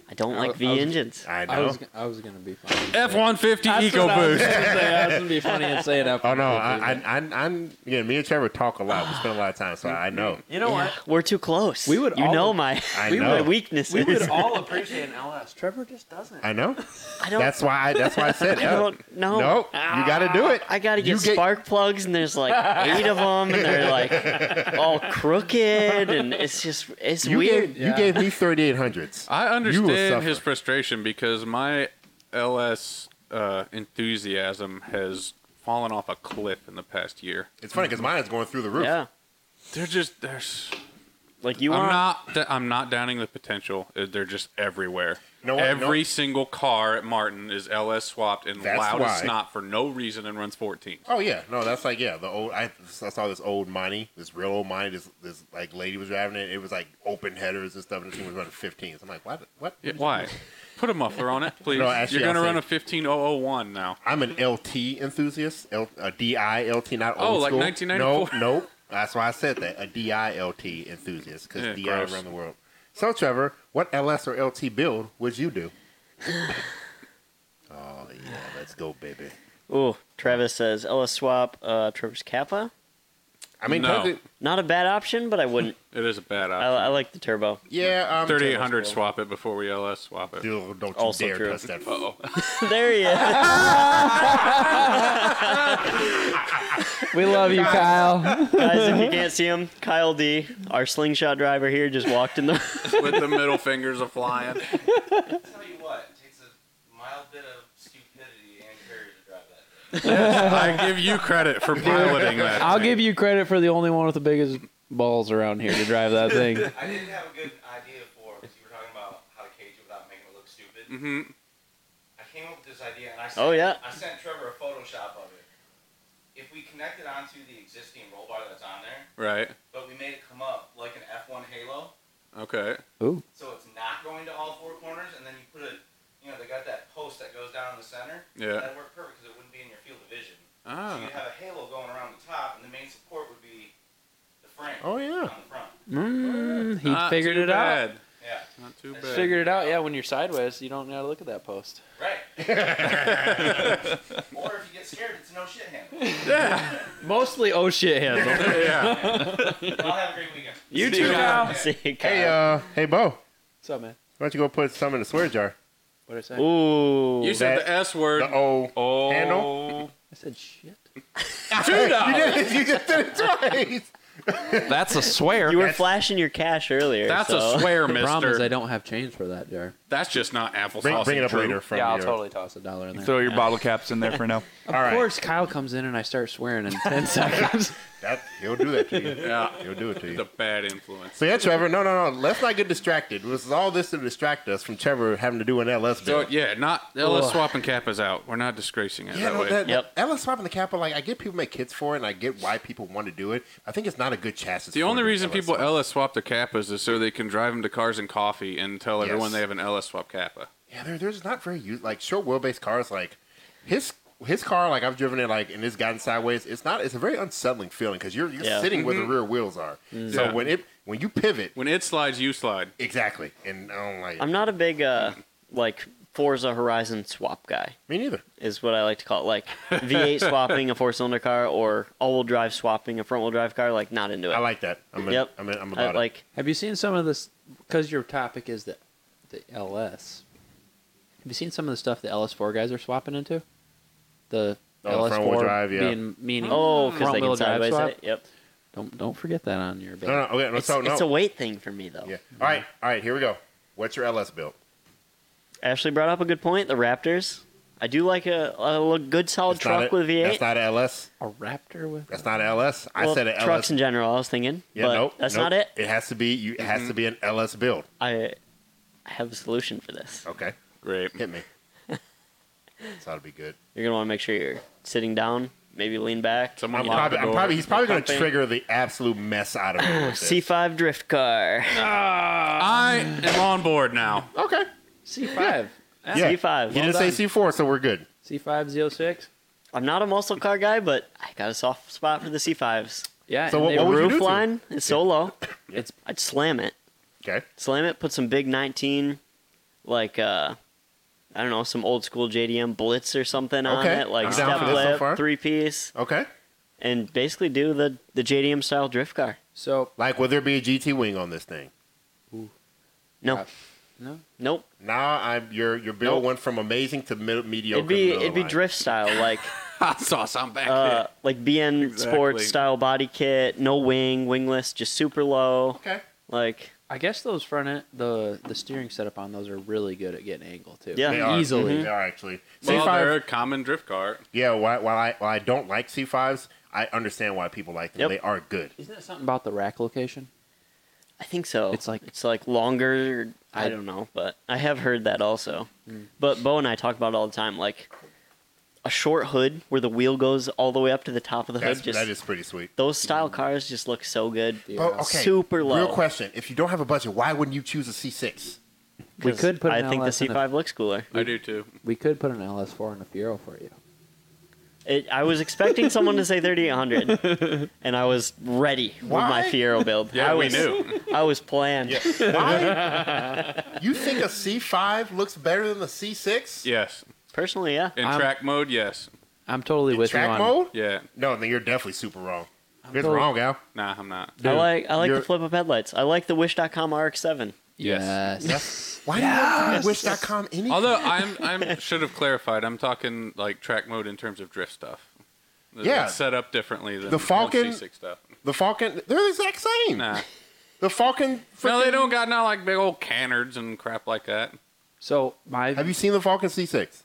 Speaker 2: I don't like
Speaker 1: was-
Speaker 2: V
Speaker 1: I was-
Speaker 2: engines.
Speaker 4: I know.
Speaker 1: I was, I was gonna be funny.
Speaker 3: F one fifty EcoBoost.
Speaker 1: I was gonna be funny and say it up.
Speaker 4: oh no, I, I, I, I'm yeah. Me and Trevor talk a lot. We spend a lot of time, so I know.
Speaker 6: You know what?
Speaker 2: We're too close.
Speaker 1: We would
Speaker 2: you
Speaker 1: all-
Speaker 2: know my
Speaker 4: I
Speaker 2: my
Speaker 4: know.
Speaker 2: weaknesses.
Speaker 6: We would all appreciate an LS. Trevor just doesn't.
Speaker 4: I know.
Speaker 2: I don't.
Speaker 4: That's why. I, that's why I said.
Speaker 2: I
Speaker 4: F.
Speaker 2: don't know.
Speaker 4: Nope, you got to do it.
Speaker 2: I gotta
Speaker 4: You
Speaker 2: get, spark plugs, and there's like eight of them, and they're like all crooked, and it's just it's
Speaker 4: You
Speaker 2: weird.
Speaker 4: gave, you gave me thirty eight hundreds.
Speaker 5: I
Speaker 4: suffer.
Speaker 5: understand his frustration because my LS uh, enthusiasm has fallen off a cliff in the past year.
Speaker 4: It's funny because mine is going through the roof.
Speaker 2: yeah,
Speaker 5: They're just there's.
Speaker 2: like you
Speaker 5: I'm
Speaker 2: want.
Speaker 5: not. d- I'm not downing the potential. Uh, They're just everywhere.
Speaker 4: No, I-
Speaker 5: Every
Speaker 4: no.
Speaker 5: single car at Martin is LS swapped and
Speaker 4: That's
Speaker 5: loud
Speaker 4: why.
Speaker 5: as snot for no reason and runs 14.
Speaker 4: Oh yeah, no, that's like yeah. The old I, I saw this old Monty, this real old Monty. This this like lady was driving it. It was like open headers and stuff, and this thing was running 15s. I'm like, what? What?
Speaker 5: Yeah, why? Put a muffler on it, please.
Speaker 4: No, actually,
Speaker 5: You're gonna
Speaker 4: I'll
Speaker 5: run
Speaker 4: say-
Speaker 5: a 15001 now.
Speaker 4: I'm an LT enthusiast. L, a DI LT, not
Speaker 5: Oh,
Speaker 4: old
Speaker 5: like
Speaker 4: school.
Speaker 5: 1994?
Speaker 4: No, nope. That's why I said that. A DI LT enthusiast because
Speaker 5: Yeah,
Speaker 4: DI
Speaker 5: gross.
Speaker 4: around the world. So Trevor, what LS or LT build would you do? oh yeah, let's go, baby.
Speaker 2: Ooh, Travis says Ella swap uh, Trevor's Kappa.
Speaker 4: I mean,
Speaker 5: No.
Speaker 4: does it-
Speaker 2: Not a bad option, but I wouldn't.
Speaker 5: It is a bad
Speaker 2: I,
Speaker 5: option.
Speaker 2: I like the turbo.
Speaker 4: yeah, um,
Speaker 5: 3800 swap it before we LS swap it.
Speaker 4: Dude, don't you
Speaker 2: Also
Speaker 4: dare
Speaker 2: true.
Speaker 4: touch that.
Speaker 2: there he is.
Speaker 1: we love you, Kyle.
Speaker 2: Guys, if you can't see him, Kyle D, our slingshot driver here, just walked in the.
Speaker 5: with the middle fingers a flying.
Speaker 7: tell you what, it takes a mild bit of stupidity and courage to drive that.
Speaker 5: I give you credit for piloting that.
Speaker 1: I'll give you credit for the only one with the biggest balls around here to drive that thing.
Speaker 7: I didn't have a good idea for because you were talking about how to cage it without making it look stupid.
Speaker 5: hmm
Speaker 7: I came up with this idea and I sent,
Speaker 2: Mm. Oh, yeah.
Speaker 7: I sent Trevor a Photoshop of it. If we connect it onto the existing roll bar that's on there,
Speaker 5: Right.
Speaker 7: but we made it come up like an F1 Halo,
Speaker 5: Okay.
Speaker 7: so it's not going to all four corners, and then you put a, you know, they got that post that goes down in the center.
Speaker 5: Yeah.
Speaker 7: That'd work perfect because it wouldn't be in your field of vision. So
Speaker 5: Ah.
Speaker 7: you'd have a halo going around the top, and the main support would be the frame
Speaker 4: Oh yeah.
Speaker 7: on the front.
Speaker 1: Mm, he
Speaker 5: Not
Speaker 1: figured
Speaker 5: too
Speaker 1: it
Speaker 5: bad.
Speaker 7: Yeah,
Speaker 5: Not too bad.
Speaker 1: out. Figured it out. Yeah, when you're sideways, you don't know how to look at that post.
Speaker 7: right. or if you get scared, it's no shit handle.
Speaker 1: Mostly, oh shit, handle.
Speaker 5: yeah.
Speaker 7: Y'all have a great weekend.
Speaker 1: you too, Kyle.
Speaker 2: see you, Kyle.
Speaker 4: Hey, uh, hey, Bo, why
Speaker 1: What's up, man?
Speaker 4: don't you go put some in the swear jar?
Speaker 1: What did I say?
Speaker 2: Ooh.
Speaker 5: You said
Speaker 4: that-
Speaker 5: the S word.
Speaker 4: The O.
Speaker 5: oh.
Speaker 4: handle?
Speaker 1: I said shit.
Speaker 4: You, did it, you just did it twice.
Speaker 6: That's a swear.
Speaker 2: You were flashing your cash earlier.
Speaker 5: That's
Speaker 2: so-
Speaker 5: a swear,
Speaker 1: The problem is I
Speaker 5: mister.
Speaker 1: don't have change for that jar.
Speaker 5: That's just not applesauce.
Speaker 4: Bring, bring it
Speaker 5: and
Speaker 4: up
Speaker 5: Drew.
Speaker 4: later from
Speaker 1: yeah, I'll
Speaker 4: your-
Speaker 1: totally toss a dollar in there.
Speaker 3: Throw your bottle caps in there for now.
Speaker 1: Of
Speaker 4: All right.
Speaker 1: course, Kyle comes in and I start swearing in 10 seconds.
Speaker 4: That, he'll do that to you.
Speaker 5: Yeah.
Speaker 4: He'll do it to
Speaker 5: The
Speaker 4: you.
Speaker 5: bad influence.
Speaker 4: So yeah, Trevor. No, no, no. Let's not get distracted. This is all this to distract us from Trevor having to do an LS
Speaker 5: So
Speaker 4: bill.
Speaker 5: yeah, not LS swapping Kappa's out. We're not disgracing it
Speaker 4: Yeah,
Speaker 5: that
Speaker 4: no,
Speaker 5: way.
Speaker 4: that,
Speaker 2: Yep.
Speaker 4: LS swapping the capital. Like I get people make kits for it, and I get why people want to do it. I think it's not a good chassis.
Speaker 5: the
Speaker 4: for
Speaker 5: only
Speaker 4: doing
Speaker 5: reason people
Speaker 4: swap.
Speaker 5: LS swap their Kappas is so they can drive them to cars and coffee and tell everyone
Speaker 4: Yes.
Speaker 5: they have an LS swap Kappa.
Speaker 4: Yeah, they're, they're just not very used. Like short wheelbase cars, like his his car, like I've driven it, like and it's gotten sideways. It's not. It's a very unsettling feeling because you're you're
Speaker 2: Yeah. Mm-hmm.
Speaker 4: sitting where the rear wheels are. So
Speaker 5: Mm-hmm. Yeah.
Speaker 4: when it when you pivot
Speaker 5: When it slides, you slide.
Speaker 4: exactly, and I don't like it.
Speaker 2: I'm not a big uh like Forza Horizon swap guy.
Speaker 4: me neither.
Speaker 2: Is what I like to call it, like V8 swapping a four-cylinder car or all-wheel drive swapping a front-wheel drive car. Like, not into it.
Speaker 4: I like that. I'm a,
Speaker 2: Yep.
Speaker 4: I'm, a, I'm
Speaker 2: I
Speaker 4: about it.
Speaker 2: like
Speaker 1: have you seen some of this? Because your topic is the, the LS. Have you seen some of the stuff the LS4 guys are swapping into? The
Speaker 4: Oh, the
Speaker 1: LS4
Speaker 4: front-wheel drive, yeah.
Speaker 1: being meaning.
Speaker 2: oh, because they
Speaker 1: Mm. front-wheel
Speaker 2: can
Speaker 1: drive
Speaker 2: sideways
Speaker 1: swap.
Speaker 2: it. Yep.
Speaker 1: Don't don't forget that on your.
Speaker 4: No, no, okay, no,
Speaker 2: It's,
Speaker 4: so no.
Speaker 2: it's a weight thing for me though.
Speaker 4: yeah. All right, all right. Here we go. What's your LS build?
Speaker 2: Ashley brought up a good point. The Raptors. I do like a, a little good solid
Speaker 4: That's not
Speaker 2: truck
Speaker 4: a-
Speaker 2: with a V8.
Speaker 4: That's not a LS.
Speaker 1: A Raptor with.
Speaker 4: That's not a LS. I
Speaker 2: Well,
Speaker 4: said a
Speaker 2: trucks
Speaker 4: LS.
Speaker 2: in general. I was thinking,
Speaker 4: yeah,
Speaker 2: but
Speaker 4: nope.
Speaker 2: that's
Speaker 4: nope.
Speaker 2: not it.
Speaker 4: It has to be. You it has to be an LS build.
Speaker 2: I I have a solution for this.
Speaker 4: Okay,
Speaker 5: Great.
Speaker 4: hit me. so that'll be good.
Speaker 2: You're gonna want to make sure you're sitting down. Maybe lean back.
Speaker 5: Someone
Speaker 4: I'm
Speaker 5: lock
Speaker 4: probably,
Speaker 5: the
Speaker 4: I'm
Speaker 5: door.
Speaker 4: probably, he's probably going to
Speaker 2: Something.
Speaker 4: trigger the absolute mess out of me. with this.
Speaker 2: C5 drift car.
Speaker 5: I am on board now.
Speaker 4: Okay.
Speaker 1: C5.
Speaker 4: Yeah.
Speaker 2: C5.
Speaker 4: He
Speaker 2: Well
Speaker 4: didn't
Speaker 2: done.
Speaker 4: say C4, so we're good.
Speaker 1: C5, Z06.
Speaker 2: I'm not a muscle car guy, but I got a soft spot for the C5s.
Speaker 1: Yeah.
Speaker 4: So
Speaker 1: and
Speaker 4: what-
Speaker 1: they
Speaker 4: what
Speaker 2: The
Speaker 4: would
Speaker 1: were-
Speaker 4: you do
Speaker 2: roof
Speaker 4: to
Speaker 2: line is so low.
Speaker 1: It's
Speaker 2: I'd slam it.
Speaker 4: Okay.
Speaker 2: Slam it. Put some big 19 like uh I don't know, some old school JDM blitz or something on
Speaker 4: Okay,
Speaker 2: it, like
Speaker 4: I'm down
Speaker 2: step
Speaker 4: for this so
Speaker 2: lip,
Speaker 4: far.
Speaker 2: three piece,
Speaker 4: Okay.
Speaker 2: and basically do the the JDM style drift car.
Speaker 1: So
Speaker 4: Like, will there be a GT wing on this thing?
Speaker 2: No,
Speaker 1: Uh, no,
Speaker 2: nope.
Speaker 4: Now, I'm your your bill
Speaker 2: Nope.
Speaker 4: went from amazing to mid- mediocre.
Speaker 2: It'd be
Speaker 4: middle of the
Speaker 2: it'd be
Speaker 4: line.
Speaker 2: drift style, like
Speaker 5: Hot sauce, I'm back.
Speaker 2: uh, like BN
Speaker 5: Exactly.
Speaker 2: Sports style body kit, no wing, wingless, just super low.
Speaker 4: Okay.
Speaker 2: Like
Speaker 1: I guess those front end the the steering setup on those are really good at getting angle too.
Speaker 2: Yeah.
Speaker 4: They are.
Speaker 1: easily.
Speaker 4: They are actually.
Speaker 5: well,
Speaker 4: C5
Speaker 5: they're a common drift car.
Speaker 4: Yeah, while, while I while I don't like C5s, I understand why people like them.
Speaker 2: Yep.
Speaker 4: They are good.
Speaker 1: Isn't it something about the rack location?
Speaker 2: I think so.
Speaker 1: It's like-
Speaker 2: it's like longer. I
Speaker 1: I- Mm.
Speaker 2: don't know, but I have heard that also. But Bo and I talk about it all the time, like a short hood where the wheel goes all the way up to the top of the
Speaker 4: That's,
Speaker 2: hood. Just
Speaker 4: that is pretty sweet.
Speaker 2: those style cars just look so good.
Speaker 1: Yeah.
Speaker 4: But, Oh, okay,
Speaker 2: Super low.
Speaker 4: Real question: If you don't have a budget, why wouldn't you choose a C6?
Speaker 1: We
Speaker 2: 'Cause
Speaker 1: could put
Speaker 2: I
Speaker 1: an
Speaker 2: think the
Speaker 1: LS in
Speaker 2: C
Speaker 1: the-
Speaker 2: five looks cooler.
Speaker 5: I do too.
Speaker 1: We could put an LS4 and a Fiero for you.
Speaker 2: It, I was expecting someone to say thirty eight hundred, and I was ready with my
Speaker 4: Why?
Speaker 2: Fiero build.
Speaker 5: Yeah,
Speaker 2: I
Speaker 5: we
Speaker 2: was,
Speaker 5: knew.
Speaker 2: I was planned.
Speaker 4: Why? you think a C5 looks better than a C6?
Speaker 5: Yes.
Speaker 2: Personally, yeah.
Speaker 5: In
Speaker 1: I'm-
Speaker 5: track mode, yes.
Speaker 1: I'm totally
Speaker 4: In
Speaker 1: with you
Speaker 4: track
Speaker 1: on.
Speaker 4: mode?
Speaker 5: Yeah.
Speaker 4: No, then you're definitely super wrong. it's
Speaker 1: totally-
Speaker 4: wrong, Al.
Speaker 5: Nah, I'm not.
Speaker 2: I like I like the
Speaker 4: you're-
Speaker 2: flip up headlights. I like the Wish.com RX-7.
Speaker 5: Yes.
Speaker 1: Yes.
Speaker 4: Why do you like Wish.com any?
Speaker 5: Although I'm I'm should have clarified. I'm talking like track mode in terms of drift stuff. It's
Speaker 4: Yeah.
Speaker 5: set up differently than
Speaker 4: The Falcon-
Speaker 5: C6 stuff.
Speaker 4: the Falcon, they're the exact same.
Speaker 5: Nah.
Speaker 4: The Falcon.
Speaker 5: No, they
Speaker 4: frickin-
Speaker 5: don't got not like big old canards and crap like that.
Speaker 1: so my
Speaker 4: Have you seen the Falcon C6?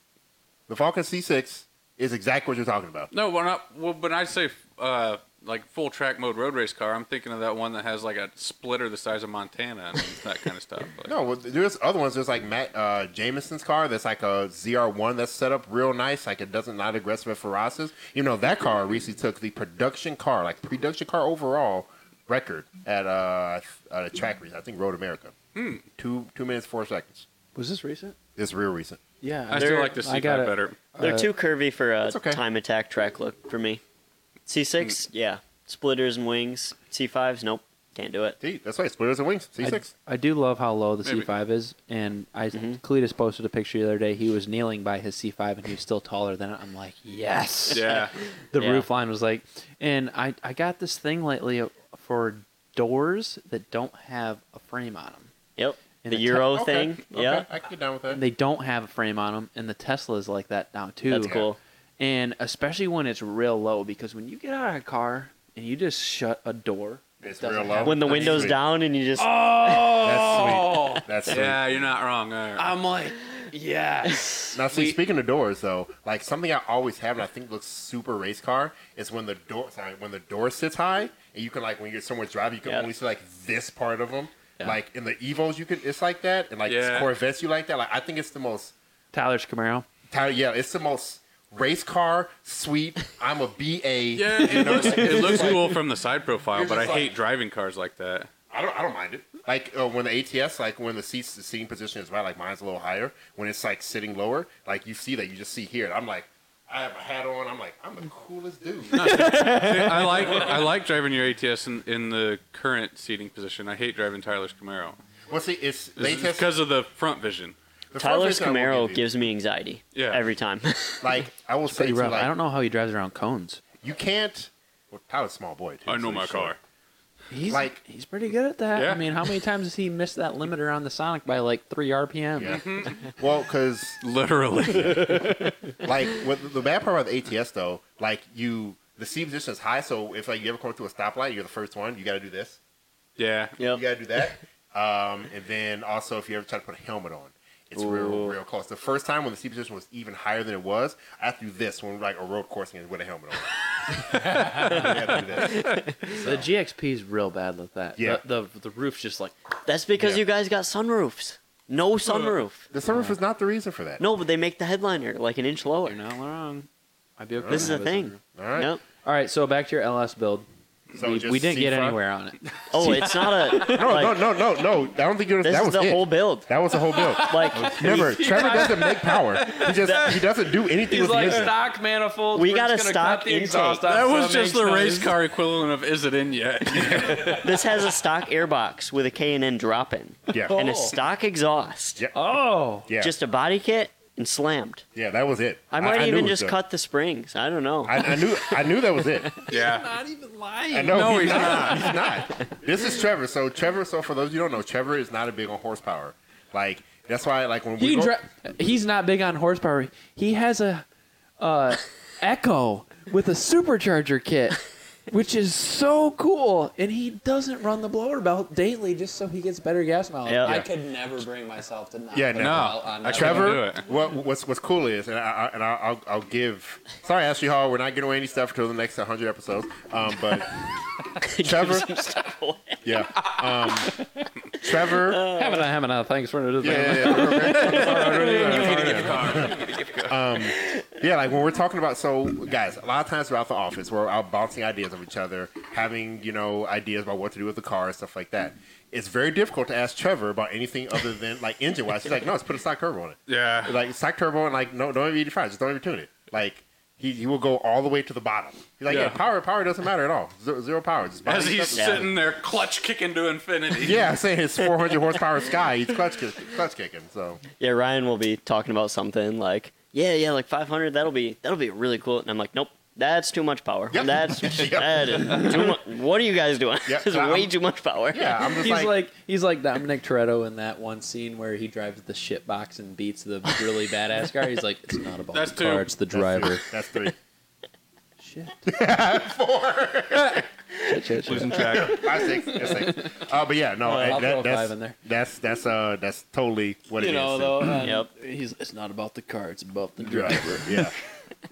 Speaker 4: The Falcon C6 is exactly what you're talking about.
Speaker 5: No, when I well, when I say uh, like full track mode road race car, I'm thinking of that one that has like a splitter the size of Montana and that kind of stuff. Like,
Speaker 4: No, well, there's other ones. There's like Matt uh, Jameson's car that's like a ZR1 that's set up real nice. Like it doesn't not aggressive at Ferraces. You know that car recently took the production car, like production car overall record at uh at a track race. I think Road America. Two two minutes four seconds.
Speaker 1: was this recent?
Speaker 4: It's real recent.
Speaker 1: Yeah.
Speaker 5: I still
Speaker 2: They're-
Speaker 5: like the
Speaker 1: I
Speaker 5: C5
Speaker 1: gotta-
Speaker 5: better.
Speaker 2: They're
Speaker 1: Uh,
Speaker 2: too curvy for a
Speaker 4: That's okay. Mm.
Speaker 2: time attack track look for me. C6, yeah, splitters and wings. C5s, nope, can't do it.
Speaker 4: See, that's right. Splitters and wings.
Speaker 1: I-
Speaker 4: C6.
Speaker 1: I, do love how low the
Speaker 5: Maybe.
Speaker 1: C5 is, and I Cletus posted a picture the other day. He was kneeling by his C5, and he was still taller than it. I'm like, yes.
Speaker 5: Yeah,
Speaker 1: The
Speaker 2: Yeah.
Speaker 1: roof line was like, and I I got this thing lately for doors that don't have a frame on them.
Speaker 2: Yep,
Speaker 1: And
Speaker 2: the
Speaker 1: the
Speaker 2: Euro
Speaker 4: Okay,
Speaker 2: thing,
Speaker 4: okay,
Speaker 2: yeah,
Speaker 4: I can get down with that.
Speaker 1: They don't have a frame on them, and the Tesla is like that now too.
Speaker 2: that's cool.
Speaker 1: And especially when it's real low, because when you get out of a car and you just shut a door,
Speaker 4: It's
Speaker 1: doesn't
Speaker 4: real low.
Speaker 1: have-
Speaker 2: When the
Speaker 4: That's
Speaker 2: window's
Speaker 4: sweet.
Speaker 2: down and you just
Speaker 4: Oh, That's sweet. That's sweet.
Speaker 5: yeah, you're not wrong. All right.
Speaker 1: I'm like, yes.
Speaker 4: Now, see,
Speaker 1: We-
Speaker 4: speaking of doors, though, like something I always have, and I think looks super race car, is when the door, sorry, when the door sits high, and you can like when you're somewhere driving, you can
Speaker 2: Yeah.
Speaker 4: only see like this part of them.
Speaker 1: Yeah.
Speaker 4: Like in the Evos, you can it's like that, and like
Speaker 5: Yeah.
Speaker 4: Corvettes, you like that. Like I think it's the most,
Speaker 1: Tyler's Camaro.
Speaker 4: ty- yeah, it's the most race car sweet. I'm a BA.
Speaker 5: Yeah, it looks, it looks cool from the side profile,
Speaker 4: You're
Speaker 5: but I
Speaker 4: just like-
Speaker 5: hate driving cars like that.
Speaker 4: I don't, I don't mind it. Like uh, when the ATS, like when the seat the seating position is right, like mine's a little higher. When it's like sitting lower, like you see that, you just see here. And I'm like, I have a hat on. I'm like, I'm the coolest dude.
Speaker 5: I like I like driving your ATS in, in the current seating position. I hate driving Tyler's Camaro
Speaker 4: Well, see, it's they test
Speaker 5: because of the front vision.
Speaker 4: the front
Speaker 2: Tyler's
Speaker 4: face I will
Speaker 2: Camaro
Speaker 4: give you.
Speaker 2: gives me anxiety.
Speaker 5: Yeah.
Speaker 2: every time.
Speaker 4: like I will say
Speaker 1: Pretty
Speaker 4: too,
Speaker 1: rough.
Speaker 4: like,
Speaker 1: I don't know how he drives around cones.
Speaker 4: you can't. Well, Tyler's a small boy. Too,
Speaker 5: I
Speaker 4: so
Speaker 5: know my
Speaker 4: he's short.
Speaker 5: car.
Speaker 1: He's
Speaker 4: Like-
Speaker 1: he's pretty good at that.
Speaker 5: Yeah.
Speaker 1: I mean, how many times has he missed that limiter on the Sonic by like three RPM?
Speaker 4: Yeah. well, because
Speaker 5: Literally,
Speaker 4: like what the bad part about the ATS though, like you the seat position is high, so if like you ever come to a stoplight, you're the first one. You got to do this.
Speaker 5: yeah.
Speaker 2: yep.
Speaker 4: You got to do that. um, and then also if you ever try to put a helmet on. It's real, real close. The first time when the seat position was even higher than it was, I have to do this when like a road coursing is with a helmet on. I had to do this.
Speaker 1: The GXP is real bad with that.
Speaker 4: Yeah.
Speaker 1: The, the the roof's just like
Speaker 2: That's because
Speaker 4: Yeah. Uh,
Speaker 2: you guys got sunroofs. No sunroof.
Speaker 4: The sunroof is not the reason for that.
Speaker 2: No, but they make the headliner like an inch lower.
Speaker 1: you're not wrong. I'd be okay.
Speaker 2: This is
Speaker 1: with
Speaker 2: the
Speaker 1: having
Speaker 2: thing.
Speaker 4: All right.
Speaker 2: Yep.
Speaker 1: All right, so back to your LS build.
Speaker 4: So
Speaker 1: we,
Speaker 4: just
Speaker 1: we didn't get
Speaker 4: C5?
Speaker 1: anywhere on it.
Speaker 2: Oh, it's not a.
Speaker 4: No,
Speaker 2: like,
Speaker 4: no, no, no, no. I don't think you
Speaker 2: This
Speaker 4: that
Speaker 2: is
Speaker 4: was
Speaker 2: the
Speaker 4: it.
Speaker 2: whole build.
Speaker 4: That was the whole build.
Speaker 2: Like
Speaker 4: Remember, Trevor doesn't make power. He just he doesn't do anything
Speaker 6: He's
Speaker 4: with
Speaker 6: like
Speaker 4: missing.
Speaker 6: stock manifolds.
Speaker 2: We
Speaker 6: we're
Speaker 2: got
Speaker 6: just
Speaker 2: a
Speaker 6: gonna cut
Speaker 2: stock
Speaker 6: the exhaust out
Speaker 2: intake.
Speaker 5: That
Speaker 6: so
Speaker 5: was
Speaker 6: it
Speaker 5: just
Speaker 6: makes
Speaker 5: the race
Speaker 6: noise.
Speaker 5: car equivalent of "Is it in yet?"
Speaker 2: this has a stock airbox with a K and N drop in
Speaker 4: Yeah.
Speaker 2: and a
Speaker 6: Oh.
Speaker 2: stock exhaust.
Speaker 4: Yeah.
Speaker 6: Oh,
Speaker 4: yeah.
Speaker 2: Just a body kit and slammed.
Speaker 4: yeah, that was it.
Speaker 2: I might
Speaker 4: knew it
Speaker 2: even
Speaker 4: was
Speaker 2: just
Speaker 4: done.
Speaker 2: cut the springs. I don't know.
Speaker 4: I, I knew I knew that was it.
Speaker 5: yeah,
Speaker 1: Not even lying.
Speaker 4: I know
Speaker 5: No,
Speaker 4: he's,
Speaker 5: he's
Speaker 4: not. He's not. This is Trevor. So Trevor, so for those you don't know, Trevor is not a big on horsepower. Like that's why like when
Speaker 1: He
Speaker 4: we
Speaker 1: can
Speaker 4: go,
Speaker 1: dri- he's not big on horsepower. He has a uh, Echo with a supercharger kit, which is so cool. And he doesn't run the blower belt daily just so he gets better gas mileage.
Speaker 2: Yeah.
Speaker 1: I
Speaker 2: Yeah.
Speaker 1: could never bring myself to not.
Speaker 4: Yeah,
Speaker 1: put the
Speaker 4: no.
Speaker 1: belt on
Speaker 5: I
Speaker 1: that.
Speaker 5: tried-
Speaker 4: Trevor,
Speaker 5: do it.
Speaker 4: what what's what's cool is, and I, I and I'll, I'll I'll give. Sorry, Ashley Hall, we're not giving away any stuff until the next 100 episodes. Um, but Trevor, yeah, um, Trevor,
Speaker 1: Haven't I? Haven't I? uh, Thanks for it.
Speaker 4: yeah, yeah, yeah. Um, yeah, like when we're talking about so guys, a lot of times throughout the office we're out bouncing ideas of each other, having, you know, ideas about what to do with the car and stuff like that. It's very difficult to ask Trevor about anything other than like engine wise. He's like, no, let's put a stock turbo on it.
Speaker 5: yeah.
Speaker 4: Like stock turbo and like no don't even 85, just don't even tune it. Like he, he will go all the way to the bottom. He's like, yeah,
Speaker 5: Yeah.
Speaker 4: power power doesn't matter at all. Zero, zero power. Just buy
Speaker 5: As
Speaker 4: these
Speaker 5: he's
Speaker 4: stuff.
Speaker 5: sitting there, clutch kicking to infinity.
Speaker 4: yeah, I'm saying his 400 horsepower sky. He's clutch kick, clutch kicking. So
Speaker 2: yeah, Ryan will be talking about something like, yeah, yeah, like 500. That'll be that'll be really cool. And I'm like, nope, that's too much power.
Speaker 4: Yep.
Speaker 2: That's that is too much. What are you guys doing?
Speaker 4: Yep,
Speaker 2: It's
Speaker 4: I'm-
Speaker 2: way too much power.
Speaker 4: yeah, I'm just
Speaker 1: He's like, he's like Dominic Toretto in that one scene where he drives the shit box and beats the really badass guy. He's like, it's not about
Speaker 5: That's
Speaker 1: the car,
Speaker 5: two.
Speaker 1: it's the
Speaker 4: That's three.
Speaker 1: driver.
Speaker 4: That's three.
Speaker 1: shit.
Speaker 5: Losing track.
Speaker 4: Five, six, that's six. Uh, but yeah, no,
Speaker 1: Well,
Speaker 4: and
Speaker 1: Oh, I'll
Speaker 4: that,
Speaker 1: throw a
Speaker 4: that's,
Speaker 1: five in there.
Speaker 4: that's that's uh that's totally what
Speaker 1: You
Speaker 4: it
Speaker 1: know,
Speaker 4: is.
Speaker 1: though. um,
Speaker 2: Yep.
Speaker 1: He's. It's not about the car. It's about the driver.
Speaker 4: Driver, yeah.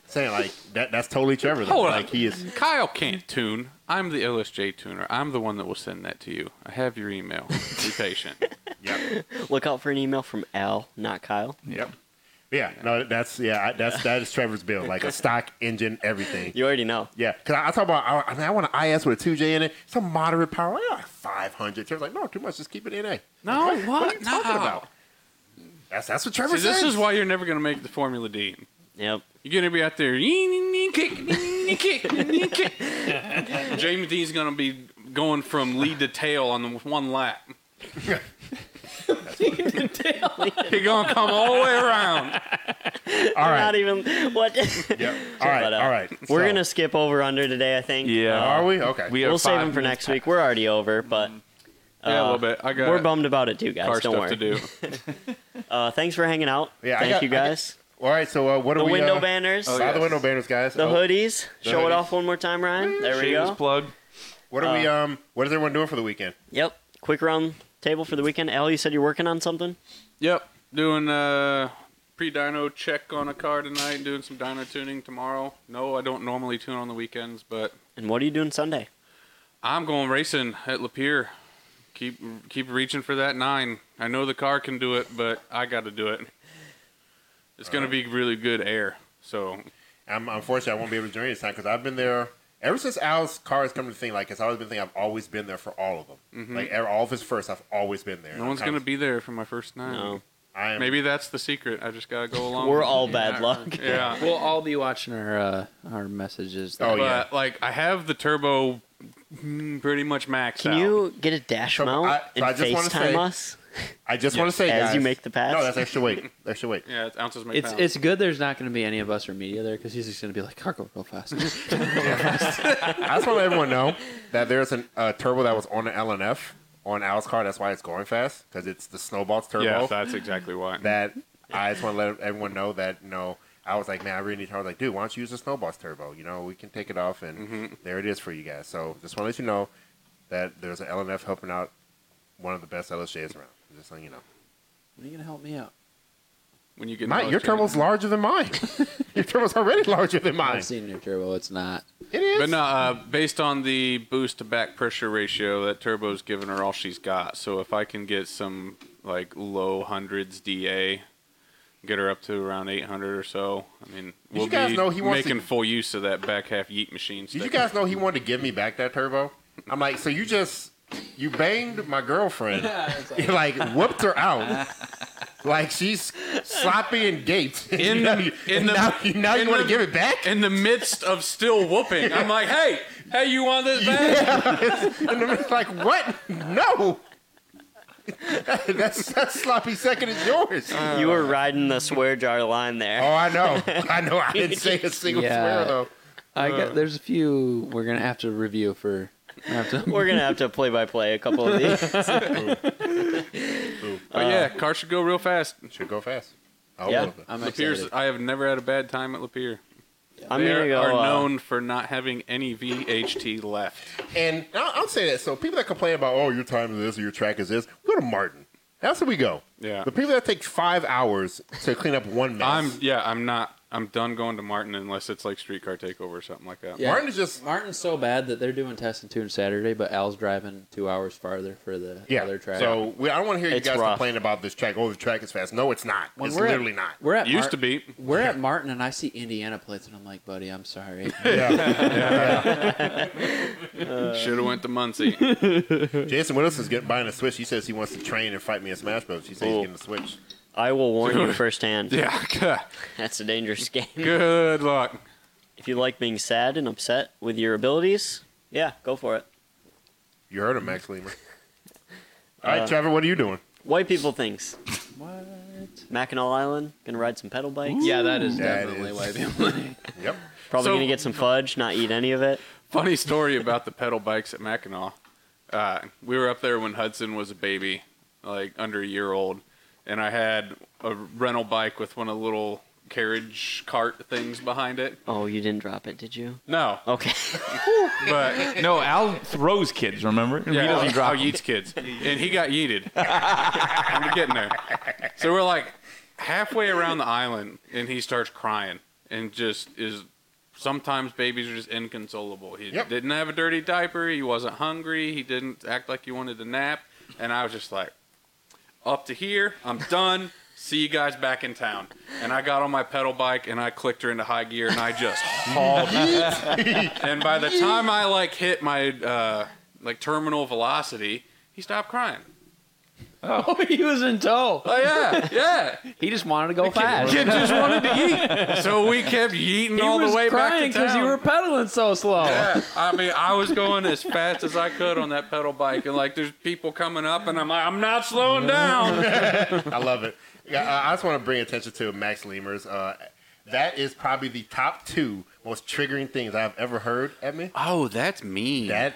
Speaker 4: Saying like that that's totally Trevor. Though.
Speaker 5: Hold on.
Speaker 4: like he is
Speaker 5: Kyle can't tune. I'm the LSJ tuner. I'm the one that will send that to you. I have your email. Be patient.
Speaker 4: yeah.
Speaker 2: Look out for an email from Al, not Kyle.
Speaker 4: Yep. Yeah, no, that's yeah, I- that's that is Trevor's build, like a stock engine, everything.
Speaker 2: You already know.
Speaker 4: Yeah, because I, I talk about I, I, mean, I want an IS with a two J in it, some moderate power, like five hundred. Trevor's like, no, too much, just keep it in A.
Speaker 5: No, what?
Speaker 4: What are you talking about? That's that's what Trevor
Speaker 5: See,
Speaker 4: says.
Speaker 5: this is why you're never going to make the Formula D.
Speaker 2: Yep.
Speaker 5: You're going to be out there. Jamie D's going to be going from lead to tail on the one lap. He's going to come all the way
Speaker 2: Uh,
Speaker 5: around.
Speaker 2: Not
Speaker 4: all right.
Speaker 2: even what.
Speaker 4: Yep. All right.
Speaker 2: about that.
Speaker 4: All right.
Speaker 2: We're
Speaker 4: So,
Speaker 2: gonna skip over under today. I think.
Speaker 3: Yeah.
Speaker 2: Uh,
Speaker 4: uh, Are we okay?
Speaker 3: We are
Speaker 2: we'll save
Speaker 3: five
Speaker 2: them for
Speaker 3: minutes
Speaker 2: next week. We're already over, but
Speaker 5: yeah, a
Speaker 2: Uh,
Speaker 5: little bit. I got
Speaker 2: we're bummed about it too, guys.
Speaker 5: car
Speaker 2: Don't
Speaker 5: stuff
Speaker 2: worry.
Speaker 5: to do.
Speaker 2: Uh, thanks for hanging out.
Speaker 4: Yeah, I
Speaker 2: Thank
Speaker 4: got-
Speaker 2: you
Speaker 4: I got-
Speaker 2: guys.
Speaker 4: All right. So uh, what
Speaker 2: the
Speaker 4: are we?
Speaker 2: window
Speaker 4: uh,
Speaker 2: banners,
Speaker 4: Buy the window banners, guys.
Speaker 2: the
Speaker 4: Oh,
Speaker 2: hoodies.
Speaker 4: The
Speaker 2: Show it
Speaker 4: hoodies.
Speaker 2: off one more time, Ryan. There we
Speaker 3: Shameless
Speaker 2: go.
Speaker 3: plug.
Speaker 4: What are we? Um, what is everyone doing for the weekend?
Speaker 2: Yep. Quick round table for the weekend. Al, you said you're working on something.
Speaker 5: Yep, doing a pre-dyno check on a car tonight. Doing some dyno tuning tomorrow. No, I don't normally tune on the weekends, but
Speaker 2: And what are you doing Sunday?
Speaker 5: I'm going racing at Lapeer. Keep keep reaching for that nine. I know the car can do it, but I got to do it. It's going to be really good air. So
Speaker 4: I'm unfortunately I won't be able to join this time because I've been there ever since Al's car has come to the thing. Like it's always been the thing. I've always been there for all of them. Like ever, all of his first, I've always been there.
Speaker 5: no one's going to
Speaker 4: to
Speaker 5: be there for my first nine.
Speaker 2: No.
Speaker 4: I am.
Speaker 5: Maybe that's the secret. I just got to go along.
Speaker 2: We're
Speaker 5: with it.
Speaker 2: all bad luck.
Speaker 5: Yeah.
Speaker 1: We'll all be watching our uh, our messages.
Speaker 4: Oh,
Speaker 5: but
Speaker 4: yeah.
Speaker 5: like I have the turbo mm, pretty much maxed
Speaker 2: Can
Speaker 5: out.
Speaker 2: you get a dash
Speaker 4: So,
Speaker 2: mount
Speaker 4: I- so
Speaker 2: and
Speaker 4: I just wanna
Speaker 2: FaceTime
Speaker 4: say-
Speaker 2: us?
Speaker 4: I just want to say,
Speaker 2: As
Speaker 4: guys,
Speaker 2: you make the pass?
Speaker 4: No, that's extra weight. Extra weight.
Speaker 5: Yeah, it's ounces make
Speaker 1: It's
Speaker 5: pounds.
Speaker 1: it's good. There's not going to be any of us or media there because he's just going to be like, "Car, go real fast."
Speaker 4: I just want to let everyone know that there's a uh, turbo that was on the LNF on Al's car. That's why it's going fast because it's the Snowball's turbo.
Speaker 5: Yeah, that's exactly why.
Speaker 4: that I just want to let everyone know that you know I was like, man, I really need. to- I was like, dude, why don't you use the Snowboss Turbo? You know, we can take it off, and there it is for you guys. So just want to let you know that there's an LNF helping out one of the best LSJs around. Just letting you know.
Speaker 1: When are you going to help me out?
Speaker 5: when you get
Speaker 4: My, your
Speaker 5: military.
Speaker 4: turbo's larger than mine. your turbo's already larger than mine.
Speaker 1: I've seen your turbo. It's not.
Speaker 4: It is.
Speaker 5: But no, uh, based on the boost to back pressure ratio, that turbo's giving her all she's got. So if I can get some like low hundreds DA get her up to around 800 or so. I mean, we'll
Speaker 4: you guys
Speaker 5: be
Speaker 4: know he wants
Speaker 5: making
Speaker 4: to-
Speaker 5: full use of that back half yeet machine.
Speaker 4: Did you
Speaker 5: stick.
Speaker 4: guys know he wanted to give me back that turbo? I'm like, so you just you banged my girlfriend, you like whooped her out, like she's sloppy and gaped.
Speaker 5: In
Speaker 4: now
Speaker 5: the-
Speaker 4: you,
Speaker 5: in the-
Speaker 4: now, you- now
Speaker 5: in
Speaker 4: you want to
Speaker 5: the-
Speaker 4: give it back
Speaker 5: in the midst of still whooping? I'm like, hey, hey, you want this back?
Speaker 4: and I'm just like, what? No. that's that sloppy second is yours.
Speaker 5: Uh.
Speaker 2: You were riding the swear jar line there.
Speaker 4: oh, I know, I know. I didn't say a single
Speaker 1: Yeah.
Speaker 4: swear though. Uh.
Speaker 1: I got, there's a few we're gonna have to review for. we have to-
Speaker 2: We're gonna have to play by play a couple of these.
Speaker 5: But yeah, car should go real fast.
Speaker 4: Should go fast. Oh,
Speaker 2: Yeah.
Speaker 4: well, then.
Speaker 1: I'm
Speaker 5: Lapierre's,
Speaker 1: excited.
Speaker 5: I have never had a bad time at Lapeer.
Speaker 2: I'm
Speaker 5: they
Speaker 2: gonna go.
Speaker 5: are
Speaker 2: uh,
Speaker 5: known for not having any VHT left.
Speaker 4: And I'll, I'll say that. So people that complain about, oh, your time is this or your track is this, go to Martin. That's where we go.
Speaker 5: Yeah.
Speaker 4: The people that take five hours to clean up one mess.
Speaker 5: I'm yeah, I'm not. I'm done going to Martin unless it's like Streetcar Takeover or something like that.
Speaker 1: Yeah.
Speaker 4: Martin is just
Speaker 1: Martin's so bad that they're doing test and tune Saturday, but Al's driving two hours farther for the
Speaker 4: yeah.
Speaker 1: other track.
Speaker 4: So we, I don't want to hear
Speaker 2: It's
Speaker 4: you guys
Speaker 2: rough.
Speaker 4: complain about this track. Oh, the track is fast. No, it's not.
Speaker 1: When
Speaker 4: it's
Speaker 1: we're at-
Speaker 4: literally not.
Speaker 1: we're at
Speaker 5: It used
Speaker 1: Mar-
Speaker 5: to be.
Speaker 1: We're at Martin, and I see Indiana plates, and I'm like, buddy, I'm sorry.
Speaker 5: Should have went to Muncie.
Speaker 4: Jason Willison's getting buying a Switch. He says he wants to train and fight me in Smash Bros. He says
Speaker 2: Cool.
Speaker 4: he's getting a Switch.
Speaker 2: I will warn you firsthand.
Speaker 5: yeah. God.
Speaker 2: That's a dangerous game.
Speaker 5: Good luck.
Speaker 2: If you like being sad and upset with your abilities, yeah, go for it.
Speaker 4: You heard him, Max Lehman. All right, Trevor, what are you doing?
Speaker 2: White people things.
Speaker 1: what?
Speaker 2: Mackinac Island, gonna ride some pedal bikes.
Speaker 1: Yeah, that is
Speaker 4: That
Speaker 1: definitely
Speaker 4: is-
Speaker 1: why people.
Speaker 4: Yep.
Speaker 2: Probably
Speaker 5: So-
Speaker 2: gonna get some fudge, not eat any of it.
Speaker 5: Funny story about the pedal bikes at Mackinac. Uh, we were up there when Hudson was a baby, like under a year old, and I had a rental bike with one of the little carriage cart things behind it.
Speaker 2: Oh, you didn't drop it, did you?
Speaker 5: No,
Speaker 2: Okay.
Speaker 5: but
Speaker 3: No, Al throws kids. Remember? He
Speaker 5: Yeah,
Speaker 3: doesn't drop.
Speaker 5: Al yeets kids, and he got yeeted. I'm getting there. So we're like halfway around the island, and he starts crying, and just is. Sometimes babies are just inconsolable. He
Speaker 4: Yep.
Speaker 5: didn't have a dirty diaper. He wasn't hungry. He didn't act like he wanted to nap. And I was just like, up to here. I'm done. See you guys back in town. And I got on my pedal bike and I clicked her into high gear and I just hauled. and by the time I like hit my uh, like terminal velocity, he stopped crying.
Speaker 1: oh, he was in tow.
Speaker 5: Oh yeah, yeah.
Speaker 1: He just wanted to go fast.
Speaker 5: Kid just wanted to eat, so we kept yeeting
Speaker 1: He
Speaker 5: all
Speaker 1: was
Speaker 5: the way
Speaker 1: crying
Speaker 5: back to town.
Speaker 1: you were pedaling so slow.
Speaker 5: Yeah, I mean, I was going as fast as I could on that pedal bike, and like, there's people coming up, and I'm like, I'm not slowing down.
Speaker 4: I love it. Yeah, I- I just want to bring attention to Max Lemurs. Uh, that is probably the top two most triggering things I've ever heard at me.
Speaker 5: Oh, that's mean.
Speaker 4: That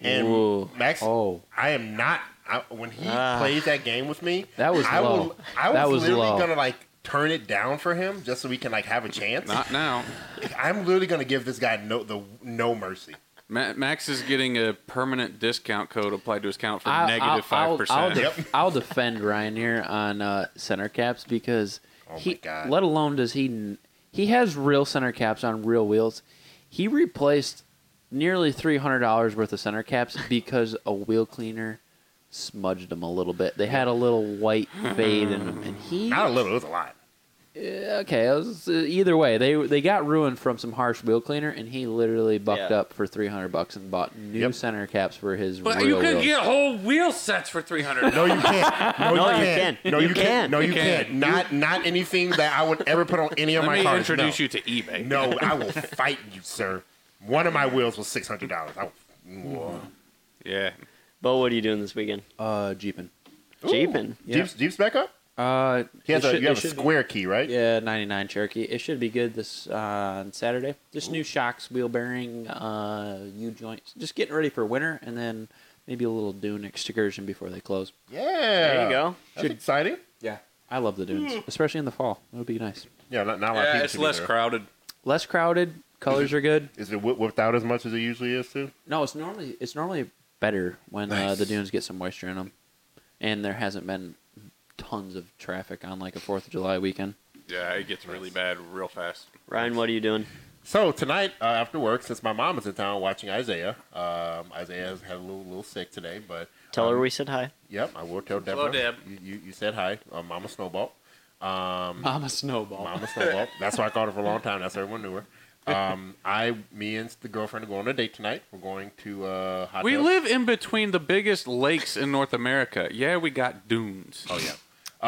Speaker 4: and
Speaker 2: Ooh.
Speaker 4: Max.
Speaker 1: Oh.
Speaker 4: I am not. I, when he
Speaker 2: Ah.
Speaker 4: plays that game with me,
Speaker 1: That was
Speaker 4: I
Speaker 1: low.
Speaker 4: will. I was,
Speaker 1: That was
Speaker 4: literally
Speaker 1: low.
Speaker 4: gonna like turn it down for him just so we can like have a chance.
Speaker 5: not now.
Speaker 4: I'm literally gonna give this guy no the no mercy.
Speaker 5: Ma- Max is getting a permanent discount code applied to his account for
Speaker 1: I-
Speaker 5: negative
Speaker 1: I'll-
Speaker 5: five
Speaker 1: I'll, I'll,
Speaker 5: percent.
Speaker 1: def- I'll defend Ryan here on uh, center caps because
Speaker 4: Oh my
Speaker 1: he,
Speaker 4: God.
Speaker 1: let alone does he, kn- he has real center caps on real wheels. He replaced nearly three hundred dollars worth of center caps because a wheel cleaner smudged them a little bit. They had a little white fade in them, and he
Speaker 4: Not a little. It was a lot.
Speaker 1: Yeah, okay. It was, uh, either way, they they got ruined from some harsh wheel cleaner, and he literally bucked
Speaker 2: Yeah.
Speaker 1: up for three hundred bucks and bought new
Speaker 4: Yep.
Speaker 1: center caps for his.
Speaker 5: But
Speaker 1: real
Speaker 5: you could
Speaker 1: wheels.
Speaker 5: get whole wheel sets for three hundred.
Speaker 4: No, you can't. No,
Speaker 2: No,
Speaker 4: you
Speaker 2: you
Speaker 4: can't.
Speaker 2: can.
Speaker 4: No,
Speaker 2: You
Speaker 4: you can't.
Speaker 2: can.
Speaker 4: No, you
Speaker 5: You
Speaker 4: can't.
Speaker 5: can.
Speaker 4: Not not anything that I would ever put on any of
Speaker 5: Let
Speaker 4: my
Speaker 5: me
Speaker 4: cars.
Speaker 5: introduce
Speaker 4: no.
Speaker 5: you to eBay.
Speaker 4: No, I will fight you, sir. One of my wheels was six hundred dollars. I will.
Speaker 5: Yeah.
Speaker 2: Bo, what are you doing this weekend?
Speaker 1: uh jeeping.
Speaker 2: Jeeping.
Speaker 1: Yeah.
Speaker 4: Jeeps, Jeeps back up.
Speaker 1: Uh,
Speaker 4: He has
Speaker 1: it
Speaker 4: a,
Speaker 1: should-
Speaker 4: you
Speaker 1: it
Speaker 4: have a
Speaker 1: should be-
Speaker 4: square key, right?
Speaker 1: yeah, ninety nine Cherokee. It should be good this uh, on Saturday. Just new shocks, wheel bearing, uh, U joints. Just getting ready for winter, and then maybe a little dune excursion before they close.
Speaker 4: Yeah.
Speaker 2: There you go.
Speaker 4: That's exciting.
Speaker 1: Yeah, I love the dunes, especially in the fall. It'll be nice.
Speaker 4: Yeah, not, not a lot of
Speaker 5: Yeah,
Speaker 4: people
Speaker 5: it's
Speaker 4: should be
Speaker 5: less
Speaker 4: there.
Speaker 5: crowded.
Speaker 1: Less crowded. Colors are good.
Speaker 4: Is it whi- whipped out as much as it usually is too?
Speaker 1: No, it's normally it's normally better when uh,
Speaker 4: Nice.
Speaker 1: the dunes get some moisture in them, and there hasn't been tons of traffic on like a Fourth of July weekend.
Speaker 5: Yeah, it gets really bad real fast.
Speaker 2: Ryan, what are you doing?
Speaker 4: So tonight uh, after work, since my mom is in town watching Isaiah, um, Isaiah has had a little little sick today, but
Speaker 2: Tell her
Speaker 4: um,
Speaker 2: we said hi.
Speaker 4: Yep, I will tell Deborah.
Speaker 5: Hello, Deb.
Speaker 4: You, you, you said hi. Um, Uh, Mama Snowball. Um,
Speaker 1: Mama
Speaker 5: Oh.
Speaker 1: Snowball.
Speaker 4: Mama Snowball. That's what I called her for a long time. That's how everyone knew her. Um, I, me and the girlfriend are going on a date tonight. We're going to uh, Hot
Speaker 5: We
Speaker 4: Tub.
Speaker 5: live in between the biggest lakes in North America. Yeah, we got dunes.
Speaker 4: Oh yeah.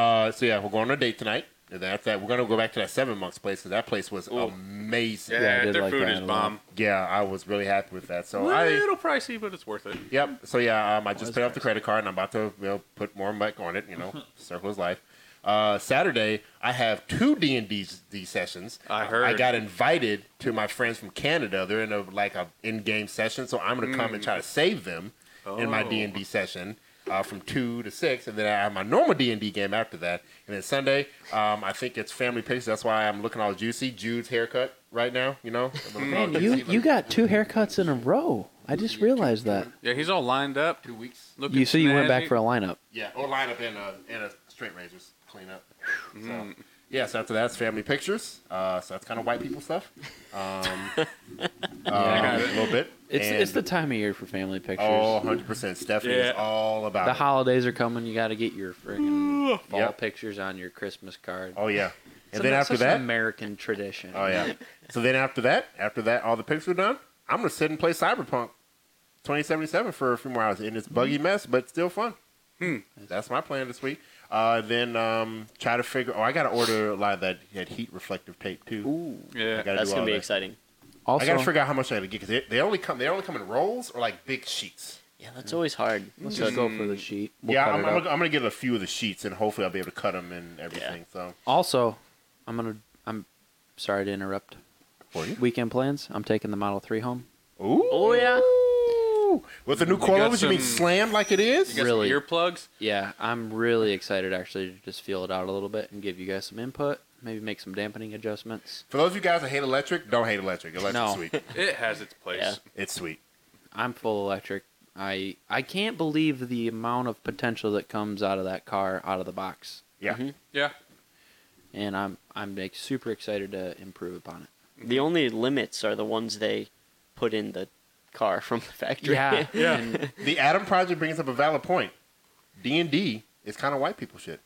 Speaker 4: Uh, so yeah, we're going on a date tonight. And that's that. We're gonna go back to that Seven Monks place because that place was amazing.
Speaker 5: Yeah,
Speaker 4: Yeah.
Speaker 1: I did
Speaker 5: their
Speaker 1: like
Speaker 5: food
Speaker 1: that
Speaker 5: is
Speaker 1: a lot.
Speaker 5: bomb.
Speaker 4: I was really happy with that. So
Speaker 5: A
Speaker 4: I.
Speaker 5: little pricey, but it's worth it.
Speaker 4: Yep. So yeah, um, I just
Speaker 1: that's
Speaker 4: paid off the credit card and I'm about to you know, put more back on it. You know, circle is life. Uh, Saturday, I have two D and D sessions.
Speaker 5: I heard.
Speaker 4: I got invited to my friends from Canada. They're in a like a in-game session, so I'm gonna come and try to save them in my
Speaker 5: Oh.
Speaker 4: D and D session uh, from two to six, and then I have my normal D and D game after that. And then Sunday, um, I think it's family pictures. That's why I'm looking all juicy. Jude's haircut right now, you know. I'm looking all
Speaker 1: Man, you,
Speaker 4: juicy, like
Speaker 1: you got two haircuts in a row. I just realized that.
Speaker 5: Oh. Yeah, he's all lined up.
Speaker 4: two weeks.
Speaker 5: Looking
Speaker 1: You so you went back
Speaker 5: snazzy.
Speaker 1: for a lineup.
Speaker 4: Yeah, or line up in a in a straight razors clean up.
Speaker 5: Mm.
Speaker 4: So, yeah, so after that's family pictures. Uh, so that's kind of white people stuff. Um, uh, a little bit.
Speaker 1: It's
Speaker 4: And-
Speaker 1: it's the time of year for family pictures.
Speaker 4: Oh, 100%. Stephanie
Speaker 5: Yeah.
Speaker 4: is all about
Speaker 1: the
Speaker 4: it.
Speaker 1: holidays are coming. You got to get your friggin' fall
Speaker 4: Yep.
Speaker 1: pictures on your Christmas card.
Speaker 4: Oh, yeah.
Speaker 1: It's
Speaker 4: And
Speaker 1: a-
Speaker 4: then
Speaker 1: it's
Speaker 4: after
Speaker 1: such an
Speaker 4: that,
Speaker 1: American tradition.
Speaker 4: oh, yeah. So then after that, after that, all the pictures are done, I'm going to sit and play Cyberpunk 2077 for a few more hours. And it's buggy mess, but still fun. That's my plan this week. Uh, then um, try to figure. Oh, I got to order a lot of that, that heat reflective tape, too.
Speaker 2: Ooh,
Speaker 5: Yeah.
Speaker 4: I gotta
Speaker 2: that's
Speaker 4: do
Speaker 2: gonna
Speaker 4: all
Speaker 2: be
Speaker 4: that.
Speaker 2: exciting.
Speaker 1: Also,
Speaker 4: I gotta figure out how much I gotta get because they, they only come they only come in rolls or like big sheets.
Speaker 2: Yeah, that's always hard.
Speaker 1: let's just go for the sheet. We'll
Speaker 4: yeah,
Speaker 1: cut
Speaker 4: I'm,
Speaker 1: it
Speaker 4: I'm,
Speaker 1: up.
Speaker 4: gonna, I'm gonna get a few of the sheets and hopefully I'll be able to cut them and everything. So
Speaker 1: Also, I'm gonna. I'm sorry to interrupt.
Speaker 4: for you,
Speaker 1: Weekend plans. I'm taking the Model Three home.
Speaker 4: ooh,
Speaker 2: Oh yeah.
Speaker 4: with the new
Speaker 5: got
Speaker 4: coilovers, you mean
Speaker 5: some-
Speaker 4: slammed like it
Speaker 5: You
Speaker 4: is?
Speaker 5: got
Speaker 1: Really?
Speaker 5: some earplugs?
Speaker 1: Yeah, I'm really excited actually to just feel it out a little bit and give you guys some input. Maybe make some dampening adjustments.
Speaker 4: For those of you guys that hate electric, don't hate electric. Electric's
Speaker 1: No.
Speaker 4: sweet.
Speaker 5: It has its place.
Speaker 2: Yeah.
Speaker 4: It's sweet.
Speaker 1: I'm full electric. I I can't believe the amount of potential that comes out of that car out of the box,
Speaker 4: Yeah,
Speaker 2: Mhm.
Speaker 5: Yeah.
Speaker 1: and I'm I'm like super excited to improve upon it.
Speaker 2: The only limits are the ones they put in the car from the factory.
Speaker 1: Yeah,
Speaker 5: Yeah.
Speaker 1: and
Speaker 4: the Adam Project brings up a valid point. D and D is kind of white people shit.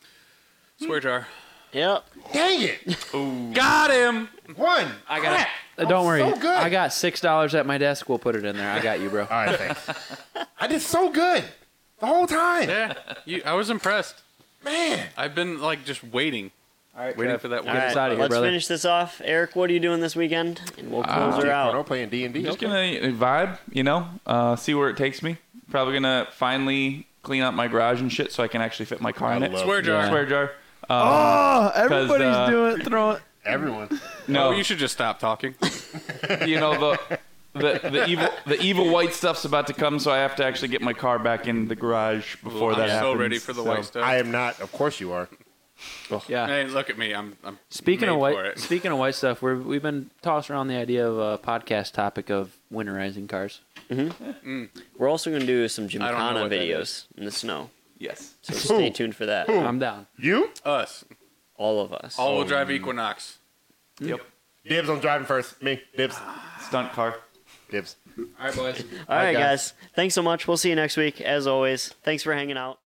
Speaker 5: Swear jar.
Speaker 2: yep.
Speaker 4: Dang it!
Speaker 5: Got him.
Speaker 4: One.
Speaker 1: I got.
Speaker 4: Crap!
Speaker 1: uh, don't
Speaker 4: I'm
Speaker 1: worry,
Speaker 4: So good.
Speaker 1: I got six dollars at my desk. We'll put it in there. I got you, bro.
Speaker 4: All right, thanks. I did so good the whole time,
Speaker 5: Yeah. You, I was impressed.
Speaker 4: man.
Speaker 5: I've been like just waiting,
Speaker 1: All right,
Speaker 5: waiting for that.
Speaker 2: All
Speaker 5: word.
Speaker 2: right,
Speaker 1: us outta here,
Speaker 2: let's
Speaker 1: brother.
Speaker 2: finish this off. Eric, what are you doing this weekend? And we'll close her
Speaker 4: Jake
Speaker 2: out.
Speaker 4: Cornell playing D and D.
Speaker 3: Just gonna vibe, you know, uh, see where it takes me. Probably gonna finally clean up my garage and shit so I can actually fit my car in
Speaker 4: I
Speaker 3: it.
Speaker 4: love
Speaker 5: Swear jar.
Speaker 1: Yeah.
Speaker 3: Swear jar.
Speaker 1: Oh,
Speaker 3: everybody's uh,
Speaker 1: doing throwing.
Speaker 4: Everyone.
Speaker 3: No,
Speaker 5: Oh, you should just stop talking.
Speaker 3: you know the, the the evil the evil white stuff's about to come, so I have to actually get my car back in the garage before
Speaker 5: I'm
Speaker 3: that
Speaker 5: so
Speaker 3: happens.
Speaker 5: ready for the
Speaker 3: so-
Speaker 5: white stuff.
Speaker 4: I am not. Of course you are.
Speaker 1: Yeah.
Speaker 5: Hey, look at me. I'm. I'm
Speaker 1: uh, Speaking
Speaker 5: made
Speaker 1: of
Speaker 5: for
Speaker 1: white,
Speaker 5: it.
Speaker 1: speaking of white stuff, we're, we've been tossing around the idea of a podcast topic of winterizing cars.
Speaker 2: We're also going to do some
Speaker 5: know
Speaker 2: Gymkhana
Speaker 5: what that
Speaker 2: videos in the snow.
Speaker 3: Yes.
Speaker 2: So stay
Speaker 4: Who?
Speaker 2: tuned for that.
Speaker 1: I'm down.
Speaker 4: You?
Speaker 5: us,
Speaker 2: All of us.
Speaker 5: all-wheel drive Equinox.
Speaker 3: Yep.
Speaker 4: Dibs on driving first. Me. Dibs.
Speaker 3: Stunt car.
Speaker 4: Dibs.
Speaker 1: All right, boys.
Speaker 2: All right, guys. Thanks so much. We'll see you next week. As always, thanks for hanging out.